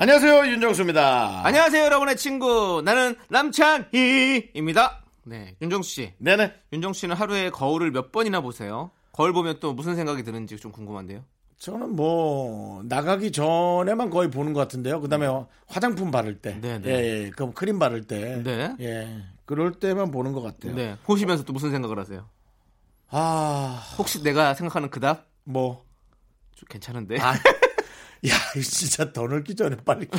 안녕하세요 윤정수입니다. 아. 안녕하세요, 여러분의 친구. 나는 남찬희입니다. 네, 윤정수 씨. 네네. 윤정수 씨는 하루에 거울을 몇 번이나 보세요? 거울 보면 또 무슨 생각이 드는지 좀 궁금한데요. 저는 뭐 나가기 전에만 거의 보는 것 같은데요. 그다음에 화장품 바를 때, 네네. 예, 예. 그럼 크림 바를 때, 네. 예, 그럴 때만 보는 것 같아요. 네. 보시면서 또 무슨 생각을 하세요? 아, 혹시 내가 생각하는 그답? 뭐, 좀 괜찮은데. 야, 이거 진짜 더 늙기 전에 빨리 데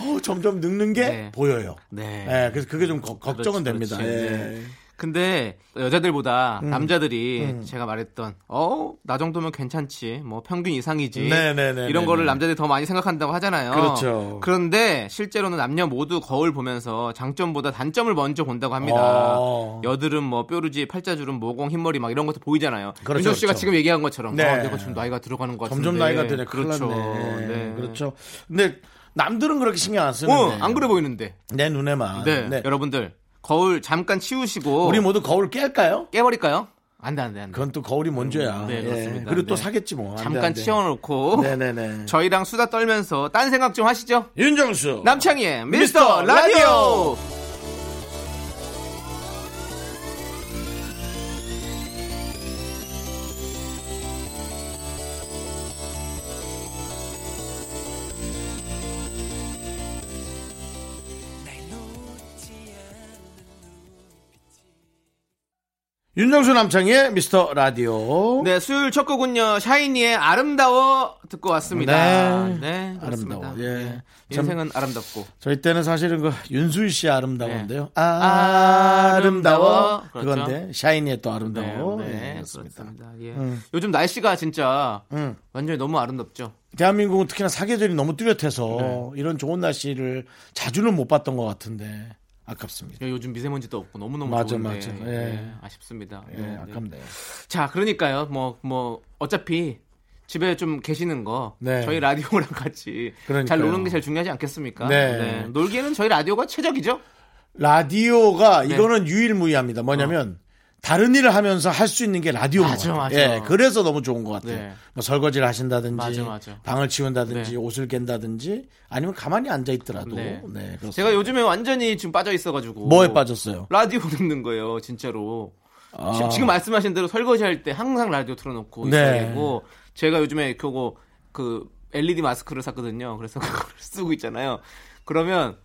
어, 점점 늙는 게 네. 보여요. 네. 예, 그래서 그게 좀 거- 걱정은 그렇지, 됩니다. 그렇지. 예. 네. 근데 여자들보다 음. 남자들이 제가 말했던 어 나 정도면 괜찮지 뭐 평균 이상이지 네네네네. 이런 거를 남자들이 더 많이 생각한다고 하잖아요. 그렇죠. 런데 실제로는 남녀 모두 거울 보면서 장점보다 단점을 먼저 본다고 합니다. 어. 여드름, 뭐 뾰루지, 팔자주름, 모공, 흰머리 막 이런 것도 보이잖아요. 그렇죠, 윤정 씨가 그렇죠. 지금 얘기한 것처럼 네. 어, 내가 좀 나이가 들어가는 것 같은데 점점 나이가 드네. 큰일 그렇죠. 났네. 네. 그렇죠. 근데 남들은 그렇게 신경 안 쓰는데. 어, 안 그래 보이는데. 내 눈에만. 네. 네. 여러분들 거울 잠깐 치우시고 우리 모두 거울 깰까요? 깨버릴까요? 안 돼, 안 돼, 안 돼. 그건 또 거울이 먼저야. 예. 네, 그렇습니다. 그리고 또 네. 사겠지 뭐. 안 돼, 잠깐 안 돼. 치워놓고 네네네. 저희랑 수다 떨면서 딴 생각 좀 하시죠. 윤정수. 남창희의 미스터 미스터 라디오. 라디오. 윤정수 남창의 미스터 라디오. 네, 수요일 첫 곡은요. 샤이니의 아름다워 듣고 왔습니다. 네. 네, 그렇습니다. 아름다워. 예. 예. 인생은 아름답고. 저희 때는 사실은 그 윤수희 씨 아름다운데요. 아, 네. 아, 아름다워. 아름다워. 그렇죠. 그건데 샤이니의 또 아름다워. 네, 네, 예, 그렇습니다. 음. 그렇습니다. 예. 요즘 날씨가 진짜 완전히 너무 아름답죠. 대한민국은 특히나 사계절이 너무 뚜렷해서 네. 이런 좋은 날씨를 자주는 못 봤던 것 같은데 아깝습니다. 요즘 미세먼지도 없고 너무너무 맞아, 좋은데 맞아. 예. 아쉽습니다. 예, 네, 네. 아깝네요. 자, 그러니까요. 뭐 뭐 어차피 집에 좀 계시는 거 네. 저희 라디오랑 같이 그러니까요. 잘 노는 게 제일 중요하지 않겠습니까? 네. 놀기에는 저희 라디오가 최적이죠. 라디오가 네. 이거는 유일무이합니다. 뭐냐면 다른 일을 하면서 할 수 있는 게 라디오인 어. 맞아, 것 같아요. 맞아. 예, 그래서 너무 좋은 것 같아요. 네. 뭐 설거지를 하신다든지, 맞아, 맞아. 방을 치운다든지, 네. 옷을 깬다든지, 아니면 가만히 앉아 있더라도. 네. 네. 그렇습니다. 제가 요즘에 완전히 지금 빠져 있어가지고 뭐에 빠졌어요? 라디오 듣는 거예요, 진짜로. 아. 지- 지금 말씀하신 대로 설거지 할 때 항상 라디오 틀어놓고 네. 있어야 되고 제가 요즘에 그거 그 LED 마스크를 샀거든요. 그래서 그걸 쓰고 있잖아요. 그러면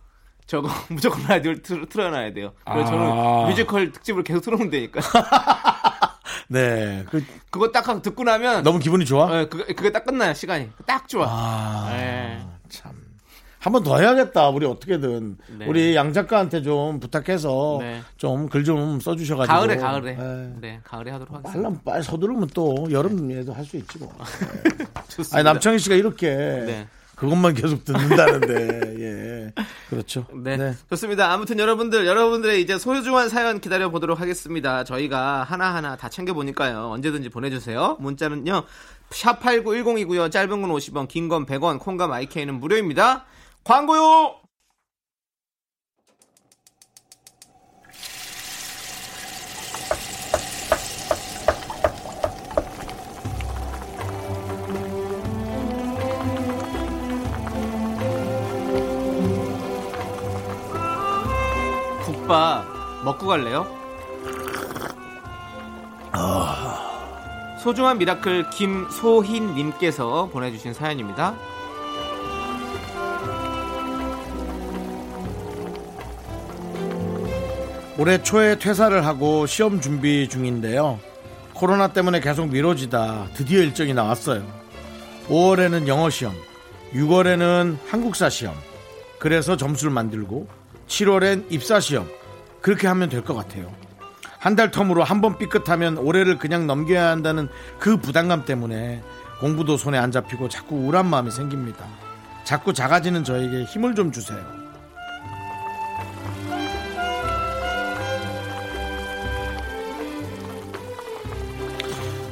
저거 무조건 라디오를 틀, 어놔야 돼요. 그래서 아. 저는 뮤지컬 특집을 계속 틀어놓으면 되니까 네, 그, 그거 딱 하고 듣고 나면 너무 기분이 좋아. 예, 그게 그게 딱 끝나요 시간이 딱 좋아. 아, 예. 참. 한 번 더 해야겠다. 우리 어떻게든 네. 우리 양 작가한테 좀 부탁해서 네. 좀 글 좀 써주셔가지고 가을에 가을에 예. 네 가을에 하도록 하겠습니다. 빨라 빨리 서두르면 또 여름에도 할 수 있지 뭐. 좋습니다. 아니 남창희 씨가 이렇게 네. 그것만 계속 듣는다는데 예 그렇죠. 네. 좋습니다. 아무튼 여러분들, 여러분들의 이제 소중한 사연 기다려보도록 하겠습니다. 저희가 하나하나 다 챙겨보니까요. 언제든지 보내주세요. 문자는요, 샵8910이고요. 짧은 건 50원, 긴 건 100원, 콩과 마이케이는 무료입니다. 광고요! 국밥 먹고 갈래요? 소중한 미라클 김소희님께서 보내주신 사연입니다. 올해 초에 퇴사를 하고 시험 준비 중인데요. 코로나 때문에 계속 미뤄지다 드디어 일정이 나왔어요. 5월에는 영어 시험, 6월에는 한국사 시험. 그래서 점수를 만들고 7월엔 입사 시험. 그렇게 하면 될 것 같아요. 한 달 텀으로 한 번 삐끗하면 올해를 그냥 넘겨야 한다는 그 부담감 때문에 공부도 손에 안 잡히고 자꾸 우울한 마음이 생깁니다. 자꾸 작아지는 저에게 힘을 좀 주세요.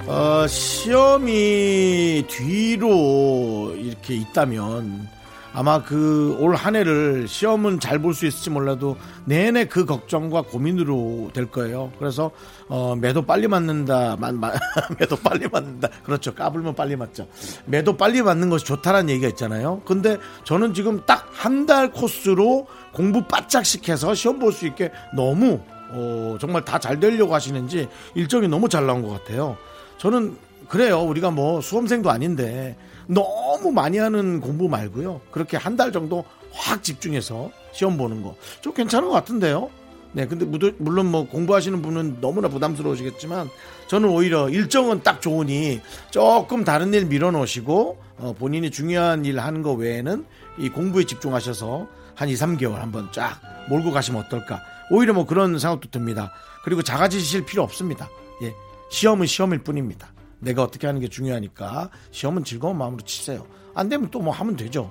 어, 시험이 뒤로 이렇게 있다면 아마 그 올 한 해를 시험은 잘 볼 수 있을지 몰라도 내내 그 걱정과 고민으로 될 거예요. 그래서 어, 매도 빨리 맞는다, 마- 마- 매도 빨리 맞는다. 그렇죠. 까불면 빨리 맞죠. 매도 빨리 맞는 것이 좋다라는 얘기가 있잖아요. 근데 저는 지금 딱 한 달 코스로 공부 바짝씩 해서 시험 볼 수 있게 너무 어, 정말 다 잘 되려고 하시는지 일정이 너무 잘 나온 것 같아요. 저는 그래요. 우리가 뭐 수험생도 아닌데 너무 많이 하는 공부 말고요. 그렇게 한 달 정도 확 집중해서 시험 보는 거. 좀 괜찮은 것 같은데요. 네. 근데 무도- 물론 뭐 공부하시는 분은 너무나 부담스러우시겠지만 저는 오히려 일정은 딱 좋으니 조금 다른 일 밀어놓으시고 어, 본인이 중요한 일 하는 거 외에는 이 공부에 집중하셔서 한 2, 3개월 한번 쫙 몰고 가시면 어떨까. 오히려 뭐 그런 생각도 듭니다. 그리고 작아지실 필요 없습니다. 예. 시험은 시험일 뿐입니다. 내가 어떻게 하는 게 중요하니까 시험은 즐거운 마음으로 치세요. 안 되면 또 뭐 하면 되죠.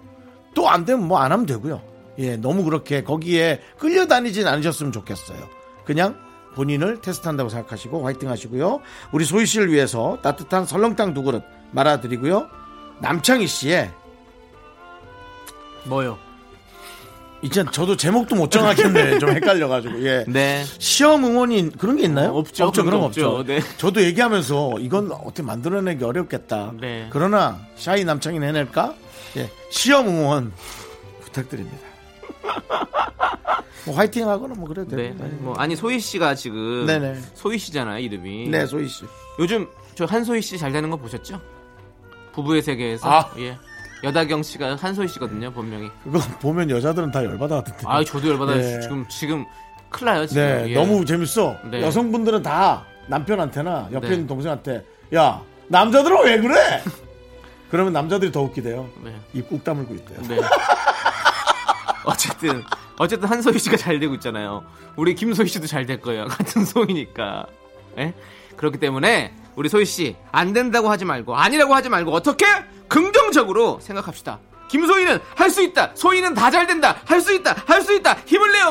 또 안 되면 뭐 안 하면 되고요. 예, 너무 그렇게 거기에 끌려다니진 않으셨으면 좋겠어요. 그냥 본인을 테스트한다고 생각하시고 화이팅 하시고요. 우리 소희 씨를 위해서 따뜻한 설렁탕 두 그릇 말아드리고요. 남창희 씨의 뭐요? 이제 저도 제목도 못 정하겠네. 좀 헷갈려가지고. 예. 네. 시험 응원인 그런 게 있나요? 어, 없죠. 없죠. 그런 거 없죠. 없죠. 네. 저도 얘기하면서 이건 어떻게 만들어내기 어렵겠다. 네. 그러나 샤이 남창이 해낼까? 예. 시험 응원 부탁드립니다. 뭐 화이팅하거나 뭐 그래도 네. 됩니다. 아니, 뭐 아니 소희 씨가 지금 네네. 소희 씨잖아요 이름이. 네, 소희 씨. 요즘 저 한소희 씨 잘 되는 거 보셨죠? 부부의 세계에서 아. 예. 여다경 씨가 한소희 씨거든요 본명이. 그거 보면 여자들은 다 열받아 같은데. 아 저도 열받아요 네. 지금 지금 큰일 나요 지금. 네, 예. 너무 재밌어. 네. 여성분들은 다 남편한테나 옆에 네. 있는 동생한테 야 남자들은 왜 그래? 그러면 남자들이 더 웃기대요. 네. 입 꾹 다물고 있대요. 네. 어쨌든 어쨌든 한소희 씨가 잘 되고 있잖아요. 우리 김소희 씨도 잘 될 거예요. 같은 소희니까. 예? 그렇기 때문에 우리 소희 씨 안 된다고 하지 말고 아니라고 하지 말고 어떻게 긍정적으로 생각합시다. 김소희는 할 수 있다. 소희는 다 잘 된다. 할 수 있다. 할 수 있다. 힘을 내요.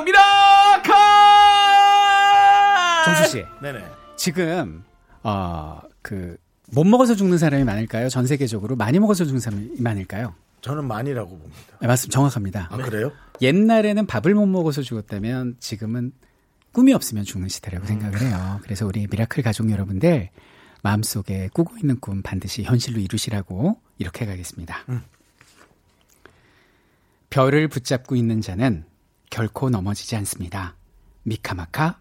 미라카! 정수 씨 네네. 지금 어, 어그못 먹어서 죽는 사람이 많을까요? 전 세계적으로 많이 먹어서 죽는 사람이 많을까요? 저는 많이라고 봅니다. 네, 맞습니다. 정확합니다. 아 그래요? 옛날에는 밥을 못 먹어서 죽었다면 지금은 꿈이 없으면 죽는 시대라고 생각을 해요. 그래서 우리 미라클 가족 여러분들 마음속에 꾸고 있는 꿈 반드시 현실로 이루시라고 이렇게 가겠습니다. 별을 붙잡고 있는 자는 결코 넘어지지 않습니다. 미카마카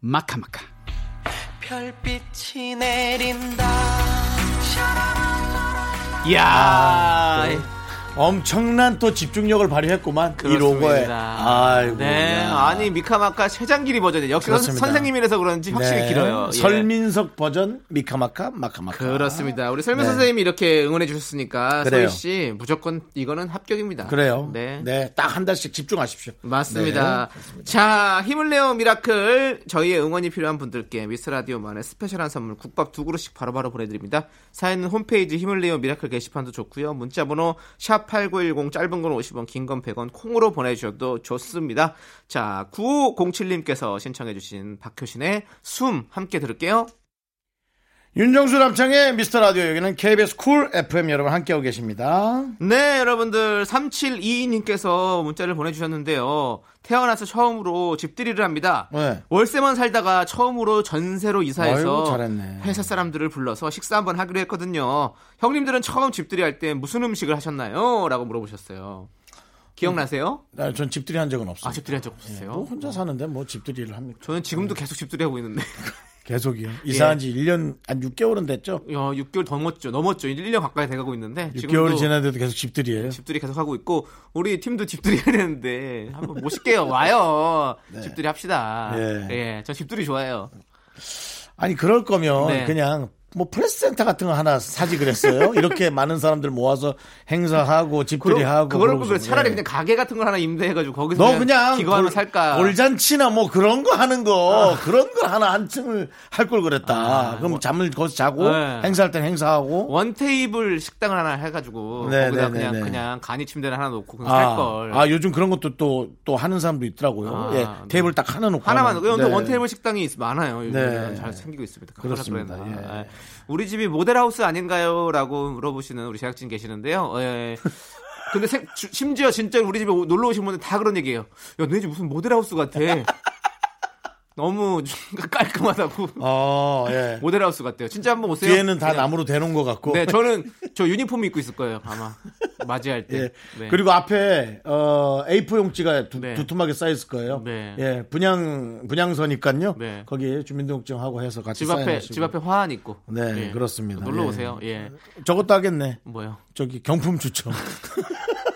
마카마카 별빛이 내린다. 이야. 엄청난 또 집중력을 발휘했구만 이 로고에. 그렇습니다. 아이고. 네. 야. 아니 미카마카 최장길이 버전이 역시 선- 그렇습니다. 선생님이라서 그런지 확실히 네. 길어요. 예. 설민석 버전 미카마카 마카마카. 그렇습니다. 우리 설민 네. 선생님이 이렇게 응원해 주셨으니까 그래요. 소희 씨 무조건 이거는 합격입니다. 그래요. 네. 네. 딱 한 달씩 집중하십시오. 맞습니다. 자, 힘을 내요 미라클. 저희의 응원이 필요한 분들께 미스 라디오만의 스페셜한 선물 국밥 두 그릇씩 바로바로 보내드립니다. 사연은 홈페이지 힘을 내요 미라클 게시판도 좋고요. 문자번호 샵 #8910 짧은 건 50원, 긴 건 100원 콩으로 보내주셔도 좋습니다. 자, 9507님께서 신청해주신 박효신의 숨 함께 들을게요. 윤정수 남창의 미스터 라디오 여기는 KBS 쿨 FM 여러분 함께하고 계십니다. 네, 여러분들 3722님께서 문자를 보내주셨는데요. 태어나서 처음으로 집들이를 합니다. 네. 월세만 살다가 처음으로 전세로 아이고, 이사해서 잘했네. 회사 사람들을 불러서 식사 한번 하기로 했거든요. 형님들은 처음 집들이 할 때 무슨 음식을 하셨나요? 라고 물어보셨어요. 기억나세요? 아, 전 집들이 한 적은 없어요. 아, 집들이 한 적 없으세요? 어. 뭐 네. 혼자 사는데 뭐 집들이를 합니까? 저는 지금도 계속 집들이 하고 있는데. 계속이요. 예. 이사한 지 1년 한 6개월은 됐죠. 야, 6개월 넘었죠. 넘었죠. 1년 가까이 돼가고 있는데. 지금도 6개월 지났는데도 계속 집들이에요. 집들이 계속 하고 있고 우리 팀도 집들이 해야 되는데 한번 모실게요 와요 집들이 합시다 네. 예저 집들이 좋아해요 아니 그럴 거면 네. 그냥 뭐 프레스센터 같은 거 하나 사지 그랬어요. 이렇게 많은 사람들 모아서 행사하고 집들이 하고 그걸 그러고서. 보고 차라리 예. 그냥 가게 같은 걸 하나 임대해가지고 거기서 너 그냥 기거 하나 돌- 살까. 아. 돌잔치나 뭐 그런 거 하는 거 그런 거 하나 한 층을 할 걸 그랬다. 그럼 잠을 거기서 자고 뭐- 네. 뭐 행사할 땐 행사하고 원 테이블 식당을 하나 해가지고 네, 거기다 네, 그냥 네, 네. 그냥 간이 침대를 하나 놓고 그냥 아, 살 걸. 아, 요즘 그런 것도 또 또 하는 사람도 있더라고요. 아, 예, 네. 테이블 딱 하나 놓고 하나만 하는. 근데 네. 원 테이블 식당이 있- 많아요. 요즘 네. 은잘 생기고 있습니다. 그렇습니다. 그러나 그러나. 예. 우리 집이 모델하우스 아닌가요?라고 물어보시는 우리 제작진 계시는데요. 예. 근데 생- 주- 심지어 진짜 우리 집에 오- 놀러 오신 분들 다 그런 얘기예요. 야, 너희 집 무슨 모델하우스 같아. 너무 깔끔하다고. 어, 예. 모델하우스 같대요. 진짜 한번 오세요. 뒤에는 다 그냥. 나무로 대놓은 것 같고. 네, 저는 저 유니폼 입고 있을 거예요. 아마 맞이할 때. 예. 네. 그리고 앞에 어, A4 용지가 두, 네. 툼하게 쌓여 있을 거예요. 네. 예, 분양 분양서니까요. 네. 거기에 주민등록증하고 해서 같이 집 앞에 쌓여놓으시고. 집 앞에 화환 있고. 네, 그렇습니다. 놀러 예. 오세요. 예. 저것도 하겠네. 뭐요? 저기 경품 추첨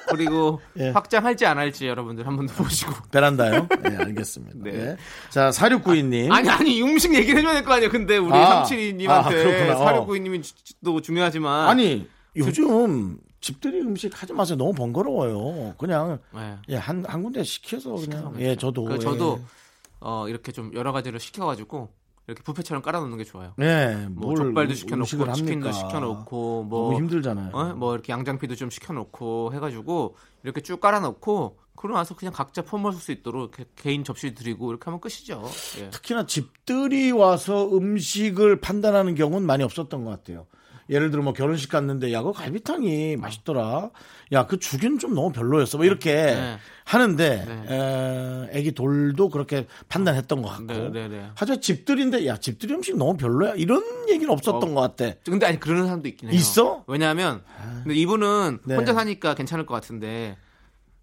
그리고 예. 확장할지 안 할지 여러분들 한번 보시고. 베란다요. 네, 알겠습니다. 네. 예. 자, 사육구이님. 아니 아니 이 음식 얘기를 해줘야 될 거 아니에요. 근데 우리 예? 아, 아, 삼칠이님한테 그렇구나. 어. 사육구이님이도 중요하지만. 아니 그 요즘 집들이 음식 하지 마세요. 너무 번거로워요. 그냥 예. 예, 한, 한 군데 시켜서 그냥 예, 저도 그 예. 저도 어, 이렇게 좀 여러 가지를 시켜가지고 이렇게 뷔페처럼 깔아놓는 게 좋아요. 예, 뭐 뭘 족발도 음- 시켜놓고 음식을 치킨도 합니까? 시켜놓고 너무 뭐 힘들잖아요. 어? 뭐 이렇게 양장피도 좀 시켜놓고 해가지고 이렇게 쭉 깔아놓고 그러고 나서 그냥 각자 퍼먹을 수 있도록 이렇게 개인 접시 드리고 이렇게 하면 끝이죠. 예. 특히나 집들이 와서 음식을 판단하는 경우는 많이 없었던 것 같아요. 예를 들어 뭐 결혼식 갔는데 야 그 갈비탕이 맛있더라. 야 그 죽이는 좀 너무 별로였어. 뭐 이렇게 네. 하는데 네. 에, 애기 돌도 아, 그렇게 판단했던 것 같고. 네, 네, 네. 하지만 집들인데 야 집들이 음식 너무 별로야 이런 얘기는 없었던 어, 것 같아. 근데 아니 그런 사람도 있긴 해요. 있어? 왜냐하면 근데 이분은 네. 혼자 사니까 괜찮을 것 같은데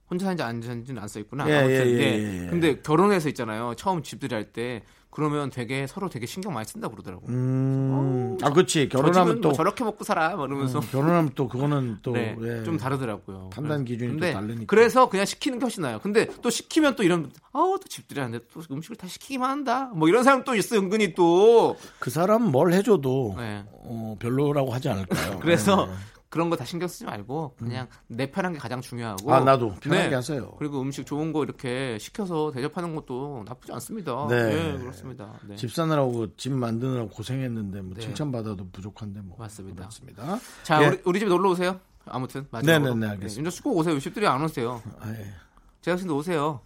혼자 사는지 안 사는지는 안 써있구나. 예, 아무튼 예, 예, 네. 예, 예. 근데 결혼해서 있잖아요. 처음 집들이 할 때 그러면 되게 서로 되게 신경 많이 쓴다 고 그러더라고. 요 음, 아 그렇지 결혼하면 결혼하면 또 음. 뭐 어. 저렇게 먹고 살아. 막 이러면서 결혼하면 또 그거는 또 네, 예. 좀 다르더라고요. 판단 기준이 또 근데 다르니까. 그래서 그냥 시키는 게 훨씬 나아요. 근데 또 시키면 또 이런 아우 또 집들이 하는데 또 음식을 다 시키기만 한다. 뭐 이런 사람 또 있어 은근히 또. 그 사람 뭘 해줘도 네. 어, 별로라고 하지 않을까요? 예. 그래서 그런 거 다 신경 쓰지 말고 그냥 내 편한 게 가장 중요하고. 음. 네. 아, 나도 편하게 하세요. 그리고 음식 좋은 거 이렇게 시켜서 대접하는 것도 나쁘지 않습니다. 네. 네, 그렇습니다. 네. 집 사느라고 집 만드느라고 고생했는데 뭐 칭찬받아도 부족한데 뭐 맞습니다. 그렇습니다. 자 예. 우리, 우리 집에 놀러 오세요. 아무튼 마지막으로. 네, 네, 네, 알겠습니다. 네, 윤정수 꼭 오세요. 집들이 안 오세요. 아, 예. 제작진도 오세요.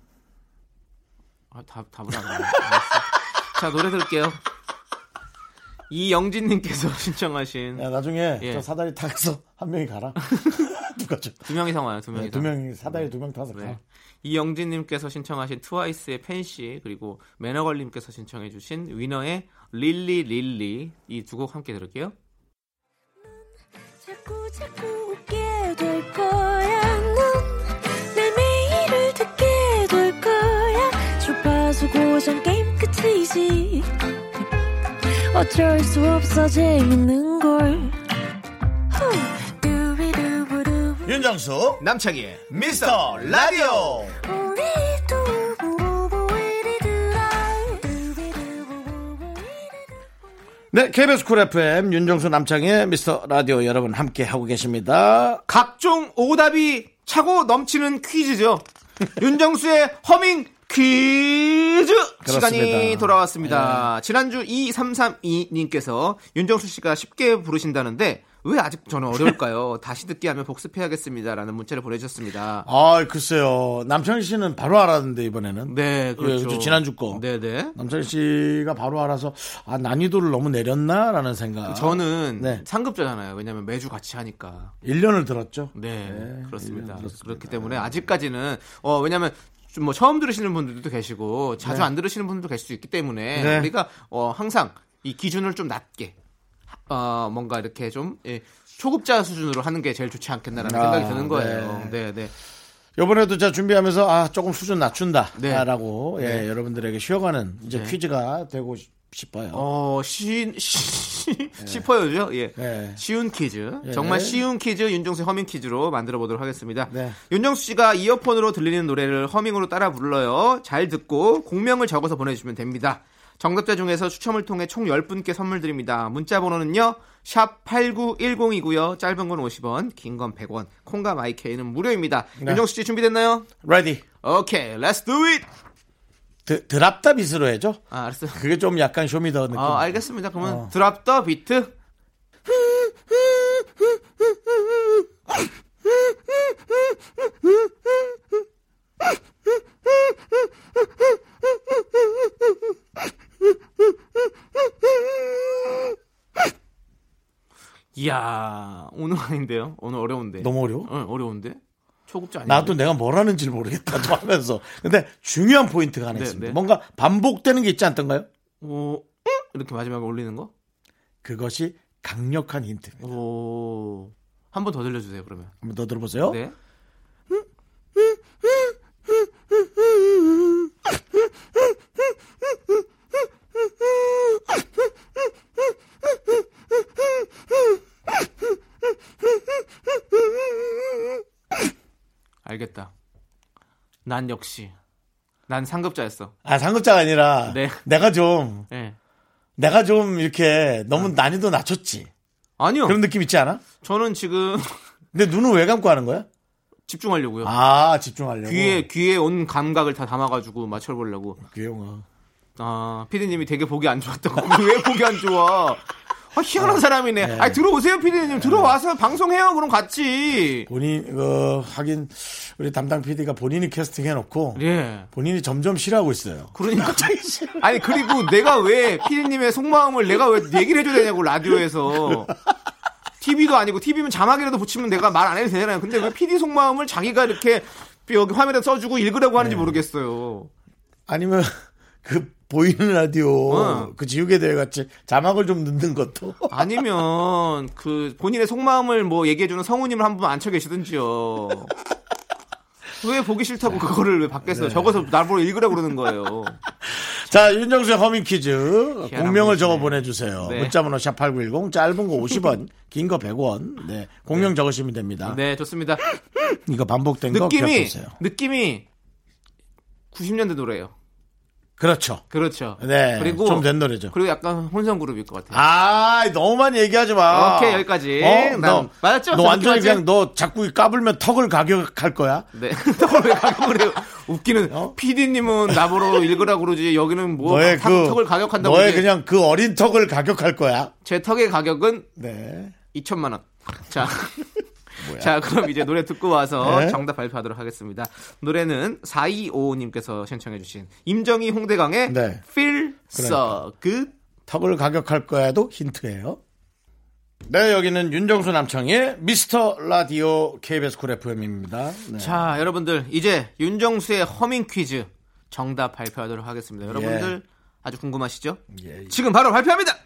아, 답, 답을 안 하네. 자, 노래 들을게요. 이영진님께서 신청하신 야, 나중에 예. 저 사다리 타서 한 명이 가라. 누가 저. 두 명이 상와요, 두 명이. 네, 두 명이 사다리 두 명 타서 네. 가. 이영진님께서 신청하신 트와이스의 팬시 그리고 매너걸님께서 신청해주신 위너의 릴리 릴리 이 두 곡 함께 들을게요. 자꾸 자꾸 웃게 될 거야. 넌내 매일을 듣게 될 거야. 주파수 고정 게임 끝이지. 어쩔 수 없어 재밌는 걸. 후. 두비두부두. 윤정수 남창희의 미스터 라디오. 우리 두부부부 우리 두라. 두비두부부부 우리 두라. 네, KBS 쿨 FM 윤정수 남창의 미스터 라디오 여러분 함께 하고 계십니다. 각종 오답이 차고 넘치는 퀴즈죠. 윤정수의 허밍 퀴즈 시간이 그렇습니다. 돌아왔습니다. 지난주 2332님께서 윤정수 씨가 쉽게 부르신다는데 왜 아직 저는 어려울까요? 다시 듣기 하면 복습해야겠습니다라는 문자를 보내주셨습니다. 아, 글쎄요. 남창희 씨는 바로 알았는데 이번에는. 네, 그렇죠. 그렇죠. 지난주 거. 네네. 남창희 씨가 바로 알아서 아, 난이도를 너무 내렸나라는 생각. 저는 네. 상급자잖아요. 왜냐하면 매주 같이 하니까. 1년을 들었죠. 네, 일년 그렇습니다. 들었습니다. 그렇기 때문에 아직까지는 어 왜냐하면 좀 뭐 처음 들으시는 분들도 계시고 자주 안 들으시는 분들도 계실 수 있기 때문에 네. 우리가 어 항상 이 기준을 좀 낮게 어 뭔가 이렇게 좀 예, 초급자 수준으로 하는 게 제일 좋지 않겠나라는 아, 생각이 드는 거예요. 네, 네. 요번에도 제가 준비하면서 아 조금 수준 네. 낮춘다라고 예, 여러분들에게 쉬어가는 이제 네. 퀴즈가 되고 싶- 싶어요. 어, 쉬, 네. 쉬, 싶어요죠? 예. 예. 쉬운 퀴즈. 예. 정말 쉬운 퀴즈, 윤정수의 허밍 퀴즈로 만들어 보도록 하겠습니다. 네. 윤정수 씨가 이어폰으로 들리는 노래를 허밍으로 따라 불러요. 잘 듣고 공명을 적어서 보내주시면 됩니다. 정답자 중에서 추첨을 통해 총 10분께 선물 드립니다. 문자 번호는요. 샵 8910이고요. 짧은 건 50원, 긴 건 100원. 콩과 마이케이는 무료입니다. 네. 윤정수 씨 준비됐나요? 레디. 오케이. 렛츠 두 잇. 드, 드랍다 빗으로 해줘. 아, 알았어요. 그게 좀 약간 쇼미더 느낌. 아, 알겠습니다. 그러면 어. 드랍 더 비트. 이야, 오늘 아닌데요? 오늘 어려운데. 너무 어려워? 응, 어려운데? 초급자 아니야? 나도 내가 뭘 하는지 모르겠다 좀 하면서. 근데 중요한 포인트가 하나 네, 있습니다. 네. 뭔가 반복되는 게 있지 않던가요? 오, 이렇게 마지막에 올리는 거? 그것이 강력한 힌트입니다. 오. 한 번 더 들려주세요, 그러면. 한번 더 들어보세요. 네. 알겠다. 난 역시 난 상급자였어. 아 상급자가 아니라 네. 내가 좀 예. 내가 좀 이렇게 아. 너무 난이도 낮췄지. 아니요. 그런 느낌 있지 않아? 저는 지금 근데 눈을 왜 감고 하는 거야? 집중하려고요. 아 집중하려고. 귀에 귀에 온 감각을 다 담아가지고 맞춰보려고. 귀여워. 아, 피디님이 되게 보기 안 좋았다고. 왜 보기 안 좋아? 아, 희한한 사람이네. 아, 들어오세요, 피디님. 들어와서 방송해요. 그럼 같이. 본인 어, 하긴 우리 담당 PD가 본인이 캐스팅 해놓고 예. 본인이 점점 싫어하고 있어요. 그러니까. 아니, 그리고 내가 왜 피디님의 속마음을 내가 왜 얘기를 해줘야 되냐고, 라디오에서. TV도 아니고, TV면 자막이라도 붙이면 내가 말 안 해도 되잖아요. 근데 왜 피디 속마음을 자기가 이렇게 여기 화면에 써주고 읽으라고 하는지 모르겠어요. 아니면 그 보이는 라디오 어. 그 지우개 대회 같이 자막을 좀 넣는 것도 아니면 그 본인의 속마음을 뭐 얘기해주는 성우님을 한 분 앉혀 계시든지요. 왜 보기 싫다고 그거를 왜 네. 밖에서 적어서 나보고 읽으라고 그러는 거예요. 자, 윤정수의 허밍 퀴즈. 희한한 공명을 분이시네. 적어 보내주세요. 네. 문자번호 샵8910, 짧은 거 50원, 긴 거 100원. 네. 공명 적으시면 됩니다. 네, 좋습니다. 이거 반복된 거 느낌이 아. 기억해주세요. 느낌이 90년대 노래예요. 그렇죠. 그렇죠. 네. 그리고 좀 된 노래죠. 그리고 약간 혼성 그룹일 것 같아요. 아, 너만 얘기하지 마. 오케이, 여기까지. 어? 난- 너, 맞았죠? 너 완전히 저렇게 그냥 너 자꾸 까불면 턱을 가격할 거야. 네. 턱을 왜 가격을 해요? 웃기는 PD님은 나보러 읽으라고 그러지 여기는 뭐 어? 너의 탁- 그 턱을 가격한다고 너의 이제 그냥 그 어린 턱을 가격할 거야. 제 턱의 가격은 네. 2천만 원. 자. 자, 그럼 이제 노래 듣고 와서 네. 정답 발표하도록 하겠습니다. 노래는 4255님께서 신청해주신 임정희 홍대강의 네. Feel So Good. 턱을 가격할 거야도 힌트예요. 네, 여기는 윤정수 남창의 미스터 라디오 KBS 쿨 FM입니다. 네. 자, 여러분들, 이제 윤정수의 허밍 퀴즈 정답 발표하도록 하겠습니다. 여러분들, 예. 아주 궁금하시죠? 지금 바로 발표합니다!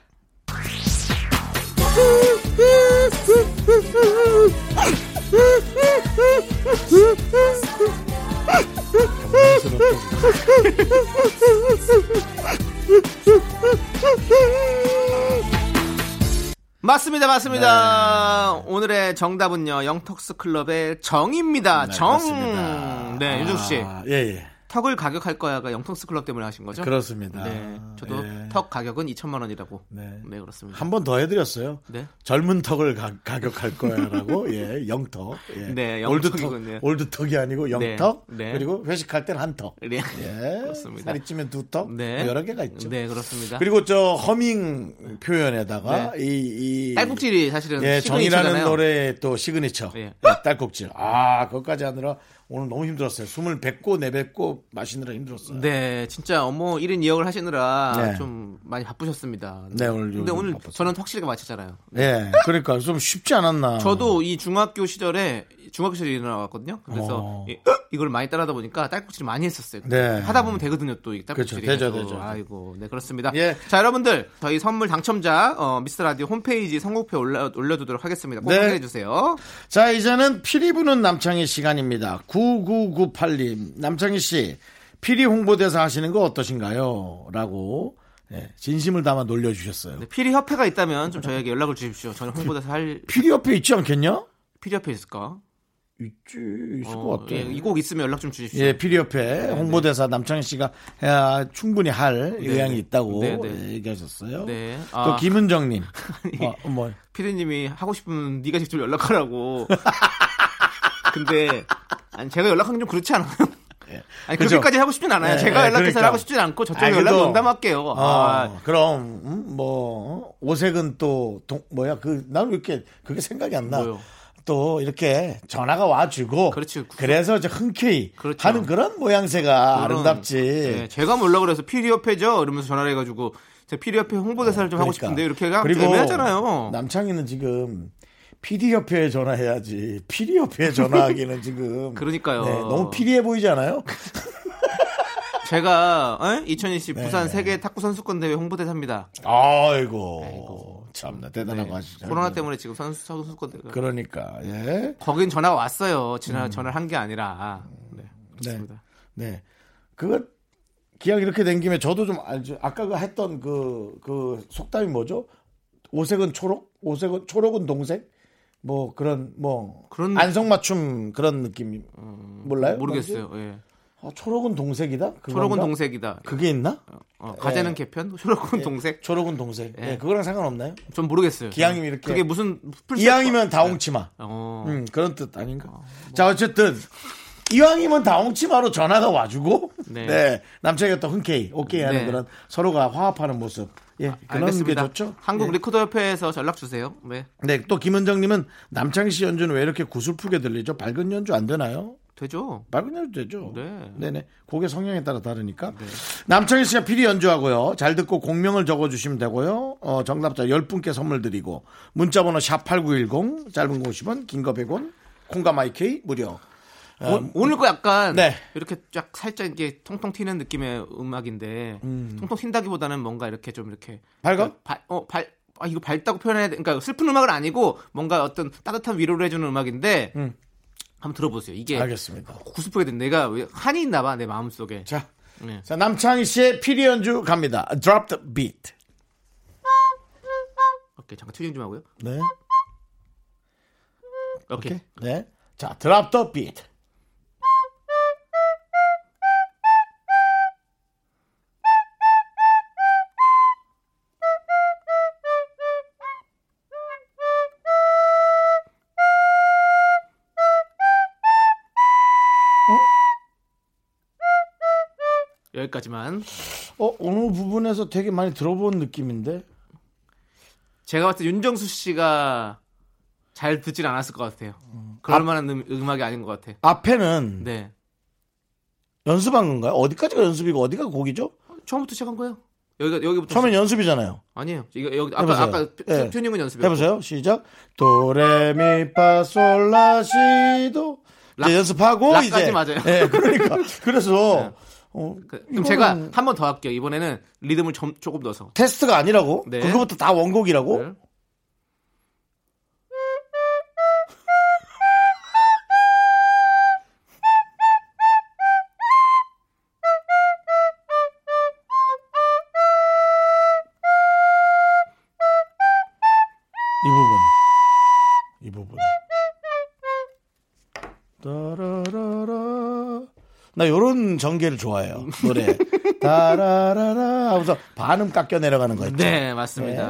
맞습니다, 네. 맞습니다. 오늘의 정답은요, 영턱스 클럽의 정입니다. 아, 정! 네, 그렇습니다. 네, 윤정수씨. 아, 예, 예. 턱을 가격할 거야가 영턱스 클럽 때문에 하신 거죠? 그렇습니다. 네. 저도 예. 턱 가격은 2천만 원이라고. 네. 네, 그렇습니다. 한 번 더 해드렸어요. 네. 젊은 턱을 가, 격할 거야라고 예 영턱 예. 네, 올드 턱 영턱이군요. 올드 턱이 아니고 영턱 네, 네. 그리고 회식할 땐 한턱 네. 예 그렇습니다. 살이 찌면 두턱 네. 여러 개가 있죠 네, 그렇습니다. 그리고 저 허밍 표현에다가 이, 이 네. 딸꾹질이 사실은 예, 정이라는 시그니처잖아요. 노래의 또 시그니처. 네, 예. 딸꾹질. 아, 그것까지 하느라 오늘 너무 힘들었어요. 숨을 뱉고 내뱉고 마시느라 힘들었어요. 네, 진짜 업무 1인 2역을 하시느라 네. 좀 많이 바쁘셨습니다. 네, 오늘 좀 근데 오늘 바빴어요. 저는 확실하게 마쳤잖아요. 예. 그러니까 좀 쉽지 않았나. 저도 이 중학교 시절에 중학교 시절에 일어나왔거든요. 그래서 어. 이, 걸 많이 따라하다 보니까 딸꾹질 많이 했었어요. 네. 하다 보면 되거든요, 또 이 딸꾹질이. 그렇죠. 되죠, 그래서 되죠. 아이고, 네 그렇습니다. 예. 자, 여러분들 저희 선물 당첨자 어, 미스터 라디오 홈페이지 선곡표 올려 올려두도록 하겠습니다. 꼭 네. 확인해 주세요. 자, 이제는 피리 부는 남창희 시간입니다. 9998님. 남창희 씨, 피리 홍보대사 하시는 거 어떠신가요? 라고 예, 진심을 담아 놀려주셨어요. 네, 피리 협회가 있다면 좀 저희에게 연락을 주십시오. 저는 홍보대사 할 피리 옆에 있지 않겠냐? 피리 협회 있을까? 있지 있을 것 어, 같아요. 예, 이곡 네, 있으면 연락 좀 주십시오. 예, 피리협회 홍보대사 남창희 씨가 해야 충분히 할 의향이 있다고 네, 네. 예, 얘기하셨어요. 네. 또 아. 김은정님, 어, 뭐 피디님이 하고 싶으면 네가 직접 연락하라고. 근데 아니 제가 연락하는 좀 그렇지 않아요. 아니 예. 그죠. 그렇게까지 하고 싶진 않아요. 예, 제가 예, 연락해서 그러니까. 하고 싶진 않고 저쪽에 아니, 연락 그래도- 농담할게요. 어, 아, 그럼 음, 뭐 오색은 또 동- 뭐야 그 난 왜 이렇게 그게 생각이 안 나. 뭐요? 또 이렇게 전화가 와주고 그렇지. 래서저 흔쾌히 그렇죠. 하는 그런 모양새가 그런- 아름답지. 네, 제가 몰라 그래서 피디협회죠. 이러면서 전화를 해가지고 제가 피디협회 홍보대사를 좀 하고 그러니까. 싶은데 이렇게 해가 그리고 애매하잖아요. 남창희는 지금 PD 협회에 전화해야지. PD 협회에 전화하기는 지금 네, 그러니까요. 너무 PD해 보이지 않아요? 제가 2020 예. 부산 세계 탁구 선수권 대회 홍보대사입니다. 아이고, 참나 대단하고 하시죠. 네, 예, 네. 코로나 때문에 지금 선수 선수권 대회. 아, 그러니까 예. 거긴 전화가 왔어요. 지난 음. 전화를 한 게 아니라. 네. 그렇습니다. 네. 그거 기왕 이렇게 된 김에 저도 좀 알죠. 아까 그 했던 그, 그 속담이 뭐죠? 오색은 초록, 오색은 초록은 동색, 뭐 그런 뭐 그런- 음, 안성맞춤 그런 느낌 몰라요? 모르겠어요. 예. 아, 초록은 동색이다. 그건가? 예. 초록은 동색이다. 그게 있나? 어, 예. 과제는 개편? 초록은 동색? 초록은 동색. 네, 그거랑 상관없나요? 전 모르겠어요. 예. 기왕이면 이렇게- 그게 무슨 풀 이왕이면 다홍치마. 어. 뭐. 음, 그런 뜻 아닌가? 자, 어쨌든 이왕이면 다홍치마로 전화가 와주고 네. 네. 남자가 또 흔쾌히 오케이 하는 네. 아, 그런 서로가 화합하는 모습. 예, 그런 알겠습니다. 게 좋죠. 한국 예. 리코더 협회에서 연락 주세요. 네. 네, 또 김은정님은 남창희 씨 연주는 왜 이렇게 구슬프게 들리죠? 밝은 연주 안 되나요? 되죠? 밝은 연주 되죠. 네. 네네. 곡의 성향에 따라 다르니까. 남창희 씨가 피리 연주하고요. 잘 듣고 공명을 적어주시면 되고요. 어, 정답자 10분께 선물 드리고. 문자번호 샵8910, 짧은 거 50원, 긴 거 100원, 콩과 마이케이 무료. 오- 오늘 거 약간 어? 네. 이렇게 쫙 살짝 이게 통통 튀는 느낌의 음악인데 통통 튄다기보다는 뭔가 이렇게 좀 이렇게 밝아? 발, 어, 발, 아, 이거 밝다고 표현해야 돼. 그러니까 슬픈 음악은 아니고 뭔가 어떤 따뜻한 위로를 해주는 음악인데 한번 들어보세요. 이게 알겠습니다. 구슬프게 된 내가 왜 한이 있나 봐, 내 마음속에. 자, 네. 자 남창희 씨의 피리 연주 갑니다. Drop the beat. 오케이, 잠깐 튜닝 좀 하고요. 네. 오케이. 오케이. 네. 자, drop the beat. 여기까지만. 어, 어느 부분에서 되게 많이 들어본 느낌인데. 제가 봤을 때 윤정수 씨가 잘 듣질 않았을 것 같아요. 그럴 만한 음, 음악이 아닌 것 같아. 앞에는 네. 연습한 건가요? 어디까지가 연습이고 어디가 곡이죠? 처음부터 시작한 거예요? 여기가 여기부터 처음엔 연습이잖아요. 아니에요. 이거 여기 해보세요. 아까 아까 튜- 예. 튜닝은 연습이요. 해보세요. 시작. 도레미파솔라시도 락- 이제 연습하고 락까지 이제 맞아요. 네. 예, 그러니까 그래서 어, 그럼 이거는 제가 한 번 더 할게요. 이번에는 리듬을 좀, 조금 넣어서. 테스트가 아니라고 네. 그거부터 다 원곡이라고 네. 이 부분 이 부분 따라라라 나 요런 전개를 좋아해요 노래 따라라라 하면서 반음 깎여 내려가는 거 있죠 네, 맞습니다.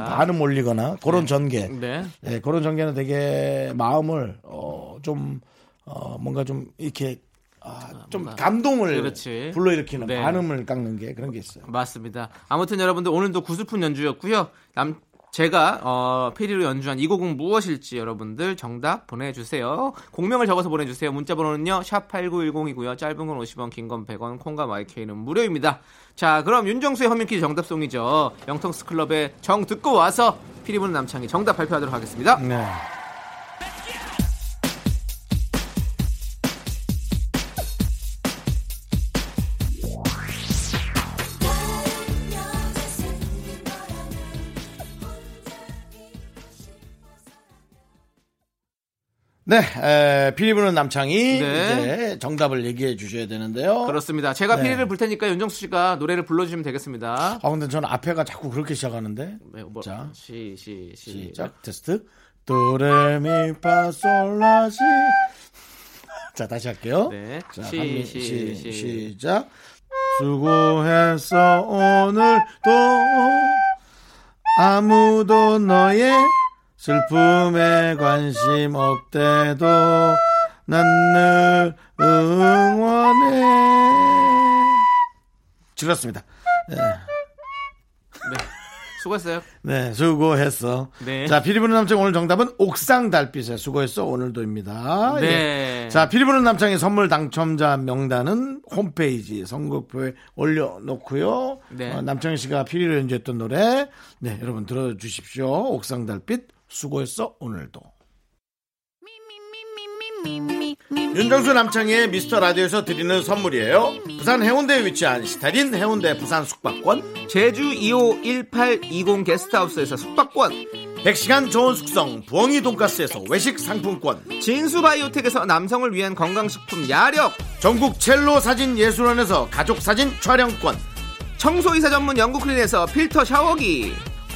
예, 반음 올리거나 그런 전개 네. 예, 그런 전개는 되게 마음을 어, 좀 어, 뭔가 좀 이렇게 아, 좀 감동을 그렇지. 불러일으키는 네. 반음을 깎는 게 그런 게 있어요. 맞습니다. 아무튼 여러분들 오늘도 구슬픈 연주였고요. 남 제가 어, 피리로 연주한 이 곡은 무엇일지 여러분들 정답 보내주세요. 공명을 적어서 보내주세요. 문자번호는요 샵 #8910이고요. 짧은 건 50원, 긴 건 100원, 콩과 마이케이는 무료입니다. 자, 그럼 윤정수의 허민키 정답송이죠. 영통스 클럽의 정 듣고 와서 피리 부는 남창이 정답 발표하도록 하겠습니다. 네. 네, 에, 피리부는 남창이 네. 이제 정답을 얘기해 주셔야 되는데요. 그렇습니다. 제가 네. 피리를 불 테니까 윤정수 씨가 노래를 불러주시면 되겠습니다. 아, 근데 저는 앞에가 자꾸 그렇게 시작하는데. 네, 뭐, 어. 자, 시, 시, 시. 시작 테스트 도레미파솔라시 자, 다시 할게요. 네. 자, 시, 시, 시, 시, 시. 시작. 수고했어, 오늘도. 아무도 너의 슬픔에 관심 없대도 난 늘 응원해. 질렀습니다. 수고했어요. 네, 수고했어. 네. 자, 피리부는 남창 오늘 정답은 옥상 달빛에 수고했어 오늘도입니다. 네. 예. 자, 피리부는 남창의 선물 당첨자 명단은 홈페이지 선곡표에 올려놓고요. 네. 어, 남창희 씨가 피리를 연주했던 노래, 네, 여러분 들어주십시오. 옥상 달빛 수고했어 오늘도. 윤정수 남창의 미스터 라디오에서 드리는 선물이에요. 부산 해운대에 위치한 시타딘 해운대 부산 숙박권, 제주 2호 1820 게스트하우스에서 숙박권, 100시간 좋은 숙성 부엉이 돈가스에서 외식 상품권. 진수바이오텍에서 남성을 위한 건강식품 야력, 전국 첼로 사진 예술원에서 가족 사진 촬영권. 청소이사 전문 영국클린에서 필터 샤워기,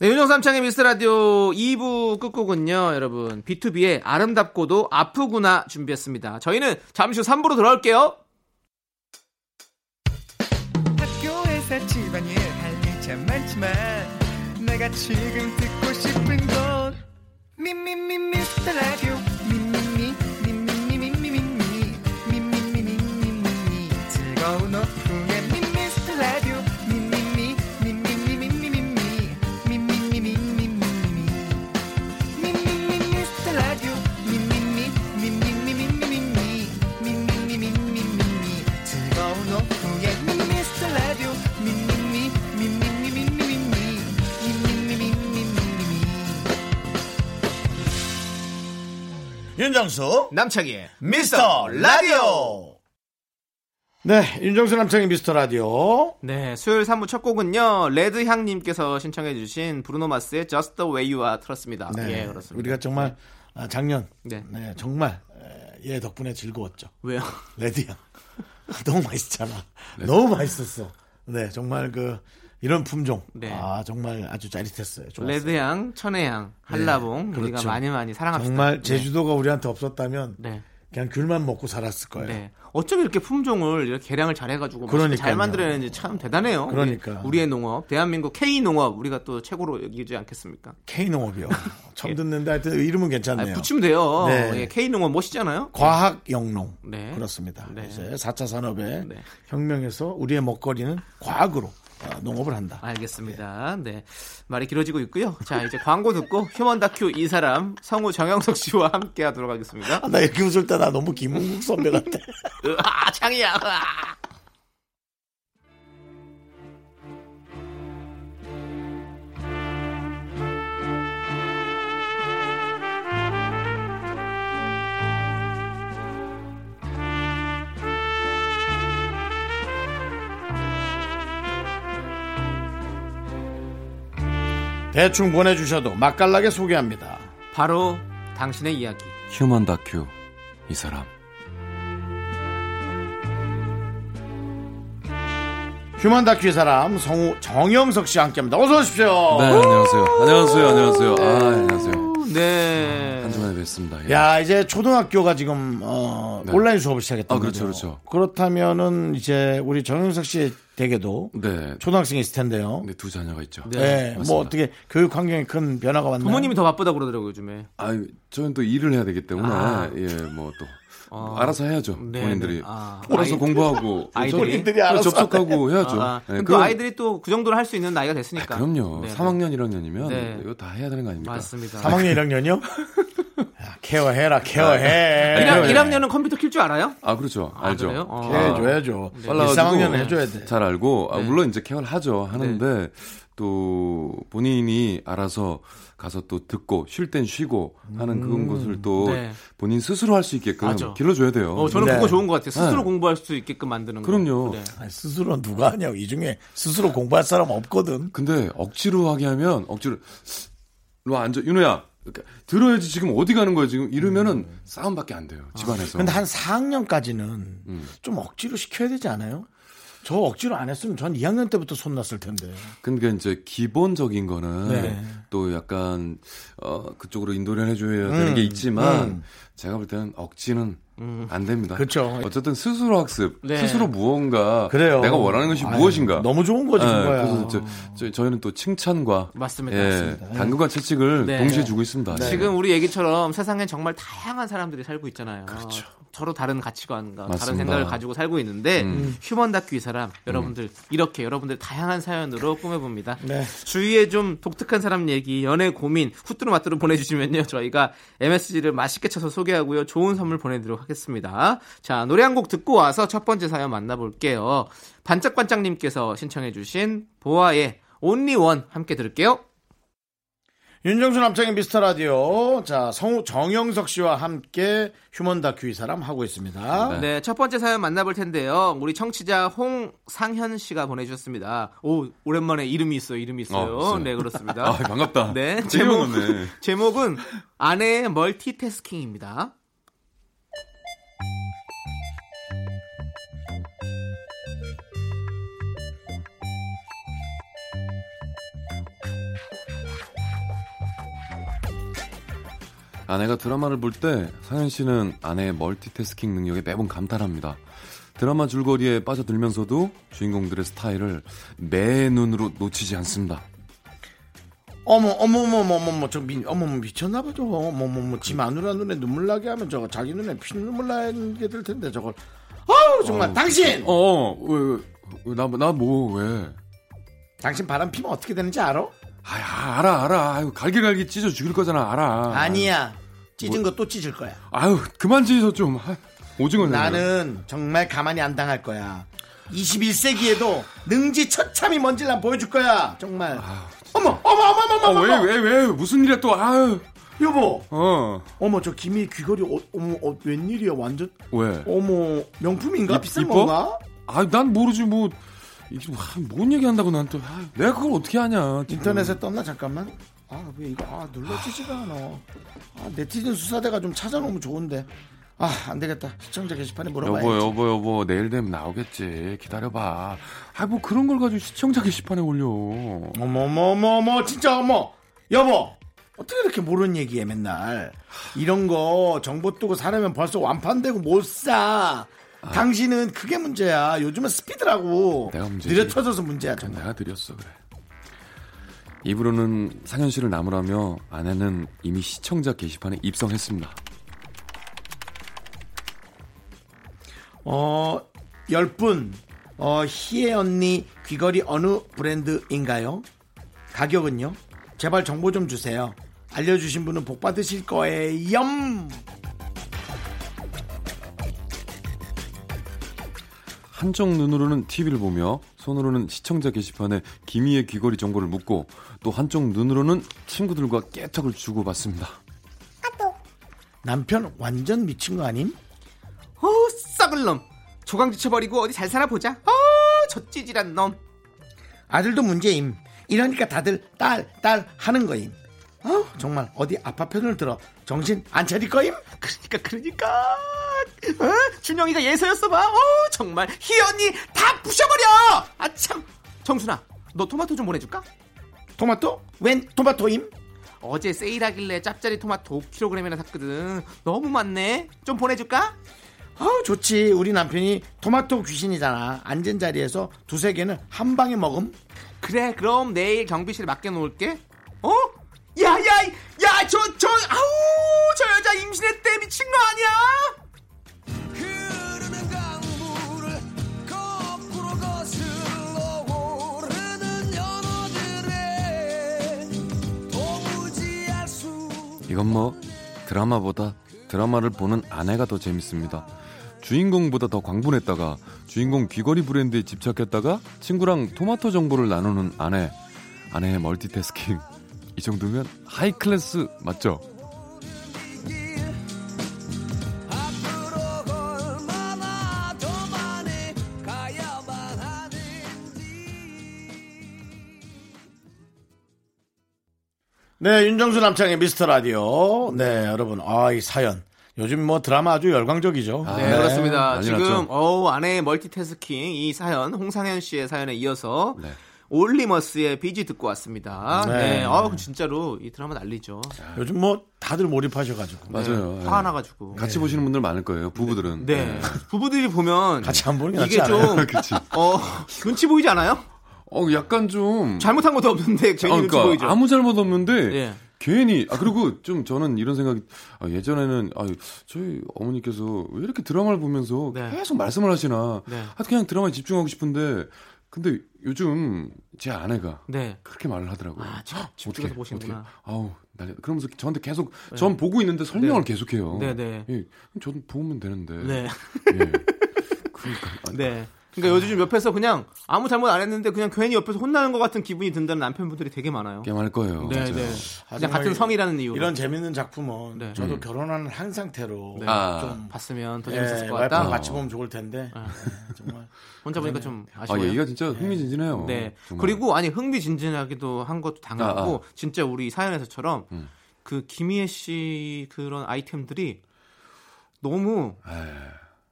네, 윤정삼창의 미스라디오 2부 끝곡은요, 여러분. B2B의 아름답고도 아프구나 준비했습니다. 저희는 잠시 후 3부로 돌아올게요. 학교에서 집안일 할 일 참 많지만 내가 지금 듣고 싶은 건 미미미 미스터 라디오 미미미 미미미 미미미 미미미 미미미 즐거운 오후에 미스터 라디오 미미미 미미미 미미미 미미미 미미미 윤정수 남창희의 미스터 라디오. 네, 윤정수 남창의 미스터 라디오. 네, 수요일 3부 첫 곡은요, 레드향님께서 신청해주신 브루노마스의 Just the Way You Are 틀었습니다. 네, 예, 그렇습니다. 우리가 정말 아, 작년 네. 네, 정말 에, 얘 덕분에 즐거웠죠. 왜요? 레디야. 너무 맛있잖아. 너무 맛있었어. 네, 정말 그 이런 품종. 네. 아, 정말 아주 짜릿했어요. 좋았어요. 레드향, 천혜향, 한라봉, 네, 우리가 그렇죠. 많이 많이 사랑합시다. 정말 제주도가 우리한테 없었다면 네. 그냥 귤만 먹고 살았을 거예요. 네. 어쩜 이렇게 품종을 이렇게 개량을 잘해가지고 맛있게 그러니까요. 잘 만들어내는지 참 대단해요. 우리- 그러니까. 우리의 농업, 대한민국 K 농업 우리가 또 최고로 여기지 않겠습니까? K 농업이요. 처음 듣는데 하여튼 이름은 네. 아, 괜찮네요. 붙이면 돼요. 네. 예, K 농업 멋있잖아요. 과학 영농. 네. 그렇습니다. 네. 이제 4차 산업의 네. 혁명에서 우리의 먹거리는 과학으로 어, 농업을 한다. 알겠습니다. 네. 말이 길어지고 있고요. 자, 이제 광고 듣고 휴먼 다큐 이 사람 성우 정영석 씨와 함께 하도록 하겠습니다. 아, 나 이렇게 웃을 때 나 너무 김웅국 선배 같아. 으아, 창이야. 으아. 대충 보내주셔도 맛깔나게 소개합니다. 바로 당신의 이야기. 휴먼 다큐 이 사람 휴먼 다큐의 사람 성우 정영석 씨와 함께합니다. 어서 오십시오. 네 안녕하세요 안녕하세요 안녕하세요 아 안녕하세요 네. 아, 한 주만에 뵙습니다 예. 야 이제 초등학교가 지금 어, 네. 온라인 수업을 시작했단 아, 그렇죠, 말이죠. 그렇죠. 그렇다면은 이제 우리 정영석 씨의 댁에도 네. 초등학생이 있을 텐데요. 네, 두 자녀가 있죠 네, 맞습니다. 뭐 어떻게 교육 환경에 큰 변화가 왔나요? 부모님이 더 바쁘다 고 그러더라고요, 요즘에. 아 저는 또 일을 해야 되기 때문에 아. 예뭐또 어. 알아서 해야죠 네, 본인들이 네. 아. 알아서 아이- 공부하고 아이들이? 본인들이 본인들이 알아서 네. 접속하고 해야죠 아, 네, 그럼 또 그건- 아이들이 또 그 정도로 할 수 있는 나이가 아, 됐으니까. 그럼요 네, 네. 3학년 1학년이면 네. 이거 다 해야 되는 거 아닙니까 맞습니다. 3학년 1학년이요? 케어해라, 케어해. 예, 일 그래요. 1학년은 컴퓨터 킬 줄 알아요? 아 그렇죠. 아, 네. 알죠. 그래요? 어. 아, 해줘야죠. 빨라가지고 1학년은 해줘야 돼. 네. 잘 알고 아, 네. 물론 이제 케어를 하죠 하는데 또 본인이 알아서 가서 또 듣고 쉴 땐 쉬고 음. 하는 그런 것을 또 네. 본인 스스로 할 수 있게끔 맞아. 길러줘야 돼요. 어, 저는 네. 그거 좋은 것 같아요. 스스로 네. 공부할 수 있게끔 만드는 거. 그럼요. 네. 아니, 스스로 누가 하냐고. 이 중에 스스로 공부할 사람 없거든. 근데 억지로 하게 하면 억지로 로 앉아 윤호야 이렇게 들어야지 지금 어디 가는 거야 지금 이러면은 싸움밖에 안 돼요 집안에서. 음. 아. 근데 한 4학년까지는 좀 억지로 시켜야 되지 않아요? 저 억지로 안 했으면 전 2학년 때부터 손났을 텐데. 근데 이제 기본적인 거는 네. 또 약간 어 그쪽으로 인도를 해줘야 되는 게 있지만 제가 볼 때는 억지는 안 됩니다. 그쵸. 어쨌든 스스로 학습, 네. 스스로 무언가 그래요. 내가 원하는 것이 아유, 무엇인가. 너무 좋은 거지, 예, 그거야. 그래서 저, 저, 저희는 또 칭찬과 맞습니다, 예, 맞습니다. 당근과 채찍을 네. 동시에 주고 있습니다. 지금 우리 얘기처럼 세상엔 정말 다양한 사람들이 살고 있잖아요. 그렇죠. 서로 다른 가치관과 다른 맞습니다. 음. 생각을 가지고 살고 있는데 휴먼 다큐 이 사람 여러분들 이렇게 여러분들 다양한 사연으로 꾸며봅니다. 네. 주위에 좀 독특한 사람 얘기, 연애 고민 후뚜루 마뚜루 보내주시면요 저희가 MSG를 맛있게 쳐서 소개하고요 좋은 선물 보내드리도록 하겠습니다. 자 노래 한 곡 듣고 와서 첫 번째 사연 만나볼게요. 반짝반짝님께서 신청해주신 보아의 온리 원 함께 들을게요. 윤정수 남창의 미스터 라디오. 자, 성우 정영석 씨와 함께 휴먼 다큐 이 사람 하고 있습니다. 네. 네, 첫 번째 사연 만나볼 텐데요. 우리 청취자 홍상현 씨가 보내주셨습니다. 오, 오랜만에 이름이 있어요, 이름이 있어요. 어, 있어요. 네, 아, 그렇습니다. 반갑다. 네, 제목, 제목 네 제목은 아내의 멀티태스킹입니다. 아내가 드라마를 볼 때 사연 씨는 아내의 멀티태스킹 능력에 매번 감탄합니다. 드라마 줄거리에 빠져들면서도 주인공들의 스타일을 매 눈으로 놓치지 않습니다. 어머, 어머, 어머, 어머, 어머, 어머, 저 미, 어머, 어머, 미쳤나봐, 저거. 어머, 어머, 어머, 지 마누라 눈에 눈물 나게 하면 저거 자기 눈에 피눈물 나게 될 텐데, 저걸. 어우, 정말, 당신! 어, 나나뭐 왜? 당신 바람 피면 어떻게 되는지 알아? 아, 야, 알아 알아. 아유, 갈기갈기 찢어 죽일 거잖아. 알아. 뭐- 아니야. 찢은 거 또 찢을 거야. 아유, 그만 찢어 좀. 아, 오징어 나는 정말 가만히 안 당할 거야. 21세기에도 능지 처참히 먼지를 난 보여줄 거야. 정말. 어머, 어머, 어머, 어머, 어머, 어머. 아, 왜왜왜 무슨 일이야 또. 아유. 여보. 어. 어머, 저 김이 귀걸이, 어, 어머, 어, 웬일이야, 완전. 왜? 어머, 명품인가? 네. 이- 비싼 이뻐? 건가? 아, 난 모르지 뭐 이게 뭐, 아, 뭔 얘기 한다고 난 또. 아, 내가 그걸 어떻게 하냐. 지금. 인터넷에 떴나 잠깐만. 아 왜 이거 아 눌러지지가 않아. 아, 네티즌 수사대가 좀 찾아놓으면 좋은데. 아 안 되겠다. 시청자 게시판에 물어봐야지. 여보 여보 여보 내일 되면 나오겠지 기다려봐 아 뭐 그런 걸 가지고 시청자 게시판에 올려 어머머머머 진짜 어머 여보 어떻게 이렇게 모르는 얘기해 맨날 이런 거 정보 뜨고 사려면 벌써 완판되고 못 사 당신은 그게 문제야 요즘은 스피드라고 내가 문제지. 느려쳐져서 문제야 정말 내가 드렸어 그래 입으로는 상현 씨를 나무라며 아내는 이미 시청자 게시판에 입성했습니다 어, 열 분. 어, 희애 언니 귀걸이 어느 브랜드인가요? 가격은요? 제발 정보 좀 주세요. 알려주신 분은 복 받으실 거예요. 한쪽 눈으로는 TV를 보며 손으로는 시청자 게시판에 김희의 귀걸이 정보를 묻고 또 한쪽 눈으로는 친구들과 깨턱을 주고받습니다 남편 완전 미친 거 아님? 어우, 썩을 놈. 조강지쳐버리고 어디 잘 살아보자. 어우, 저 찌질한 놈. 아들도 문제임. 이러니까 다들 딸, 딸 하는 거임. 어, 정말 어디 아빠 편을 들어 정신 안 차릴 거임? 그러니까, 그러니까. 어? 준영이가 예서였어 봐. 어우, 정말. 희연이 다 부셔버려. 아, 참. 정순아, 너 토마토 좀 보내줄까? 토마토? 웬 토마토임? 어제 세일하길래 짭짜리 토마토 5kg이나 샀거든. 너무 많네. 좀 보내줄까? 아우 어, 좋지 우리 남편이 토마토 귀신이잖아 앉은 자리에서 두세 개는 한 방에 먹음 그래, 그럼 내일 경비실 맡겨놓을게. 어? 야, 야, 야, 저, 저, 아우, 저 여자 임신했대. 미친 거 아니야? 흐르는 강물을 거꾸로 거슬러 오르는 연어들의 도무지 알수 이건 뭐 드라마보다 드라마를 보는 아내가 더 재밌습니다. 주인공보다 더 광분했다가 주인공 귀걸이 브랜드에 집착했다가 친구랑 토마토 정보를 나누는 아내 아내의 멀티태스킹 이 정도면 하이클래스 맞죠? 길 앞으로 얼마나 더 많이 가야만 하는지 네, 윤정수 남창의 미스터 라디오. 네, 여러분. 아, 이 사연. 요즘 뭐 드라마 아주 열광적이죠. 아, 네, 그렇습니다. 난리 지금 났죠. 어우 아내의 멀티태스킹 이 사연 홍상현 씨의 사연에 이어서 네. 올리머스의 비지 듣고 왔습니다. 네. 네, 어우 진짜로 이 드라마 난리죠. 요즘 뭐 다들 몰입하셔가지고. 맞아요. 네, 예. 화나가지고. 같이 보시는 분들 많을 거예요. 부부들은. 네. 네. 부부들이 보면 같이 안 보는 게 이게 낫지 않아요? 좀 그치. 어, 눈치 보이지 않아요? 어 약간 좀 잘못한 것도 없는데 괜히 아, 눈치 보이죠. 그러니까 아무 잘못 없는데 예. 괜히 아 그리고 좀 저는 이런 생각이 아, 예전에는 아 저희 어머니께서 왜 이렇게 드라마를 보면서 네. 계속 말씀을 하시나 네. 아, 그냥 드라마에 집중하고 싶은데 근데 요즘 제 아내가 네. 그렇게 말을 하더라고요. 아, 집- 헉, 집중해서 어떡해, 보시는구나. 어떡해. 아우 난리. 그러면서 저한테 계속 전 보고 있는데 설명을 네. 계속해요. 네, 네. 예, 그럼 저는 보면 되는데. 네. 예. 그러니까 아, 네. 그러니까 요즘 옆에서 그냥 아무 잘못 안 했는데 그냥 괜히 옆에서 혼나는 것 같은 기분이 든다는 남편분들이 되게 많아요. 게임할 거예요. 네, 맞아요. 네. 하지만 그냥 같은 성이라는 이유로 이런 재밌는 작품은 네. 저도 결혼하는 한 상태로 아. 좀 봤으면 더 예, 재밌었을 것 와이프랑 같다. 아. 같이 보면 좋을 텐데 예, 정말 혼자 보니까 좀 아, 아쉬워요. 얘기가 진짜 흥미진진해요. 네. 어, 정말. 아, 그리고 아니 흥미진진하기도 한 것도 당연하고 진짜 우리 사연에서처럼 음. 그 김희애 씨 그런 아이템들이 너무 예.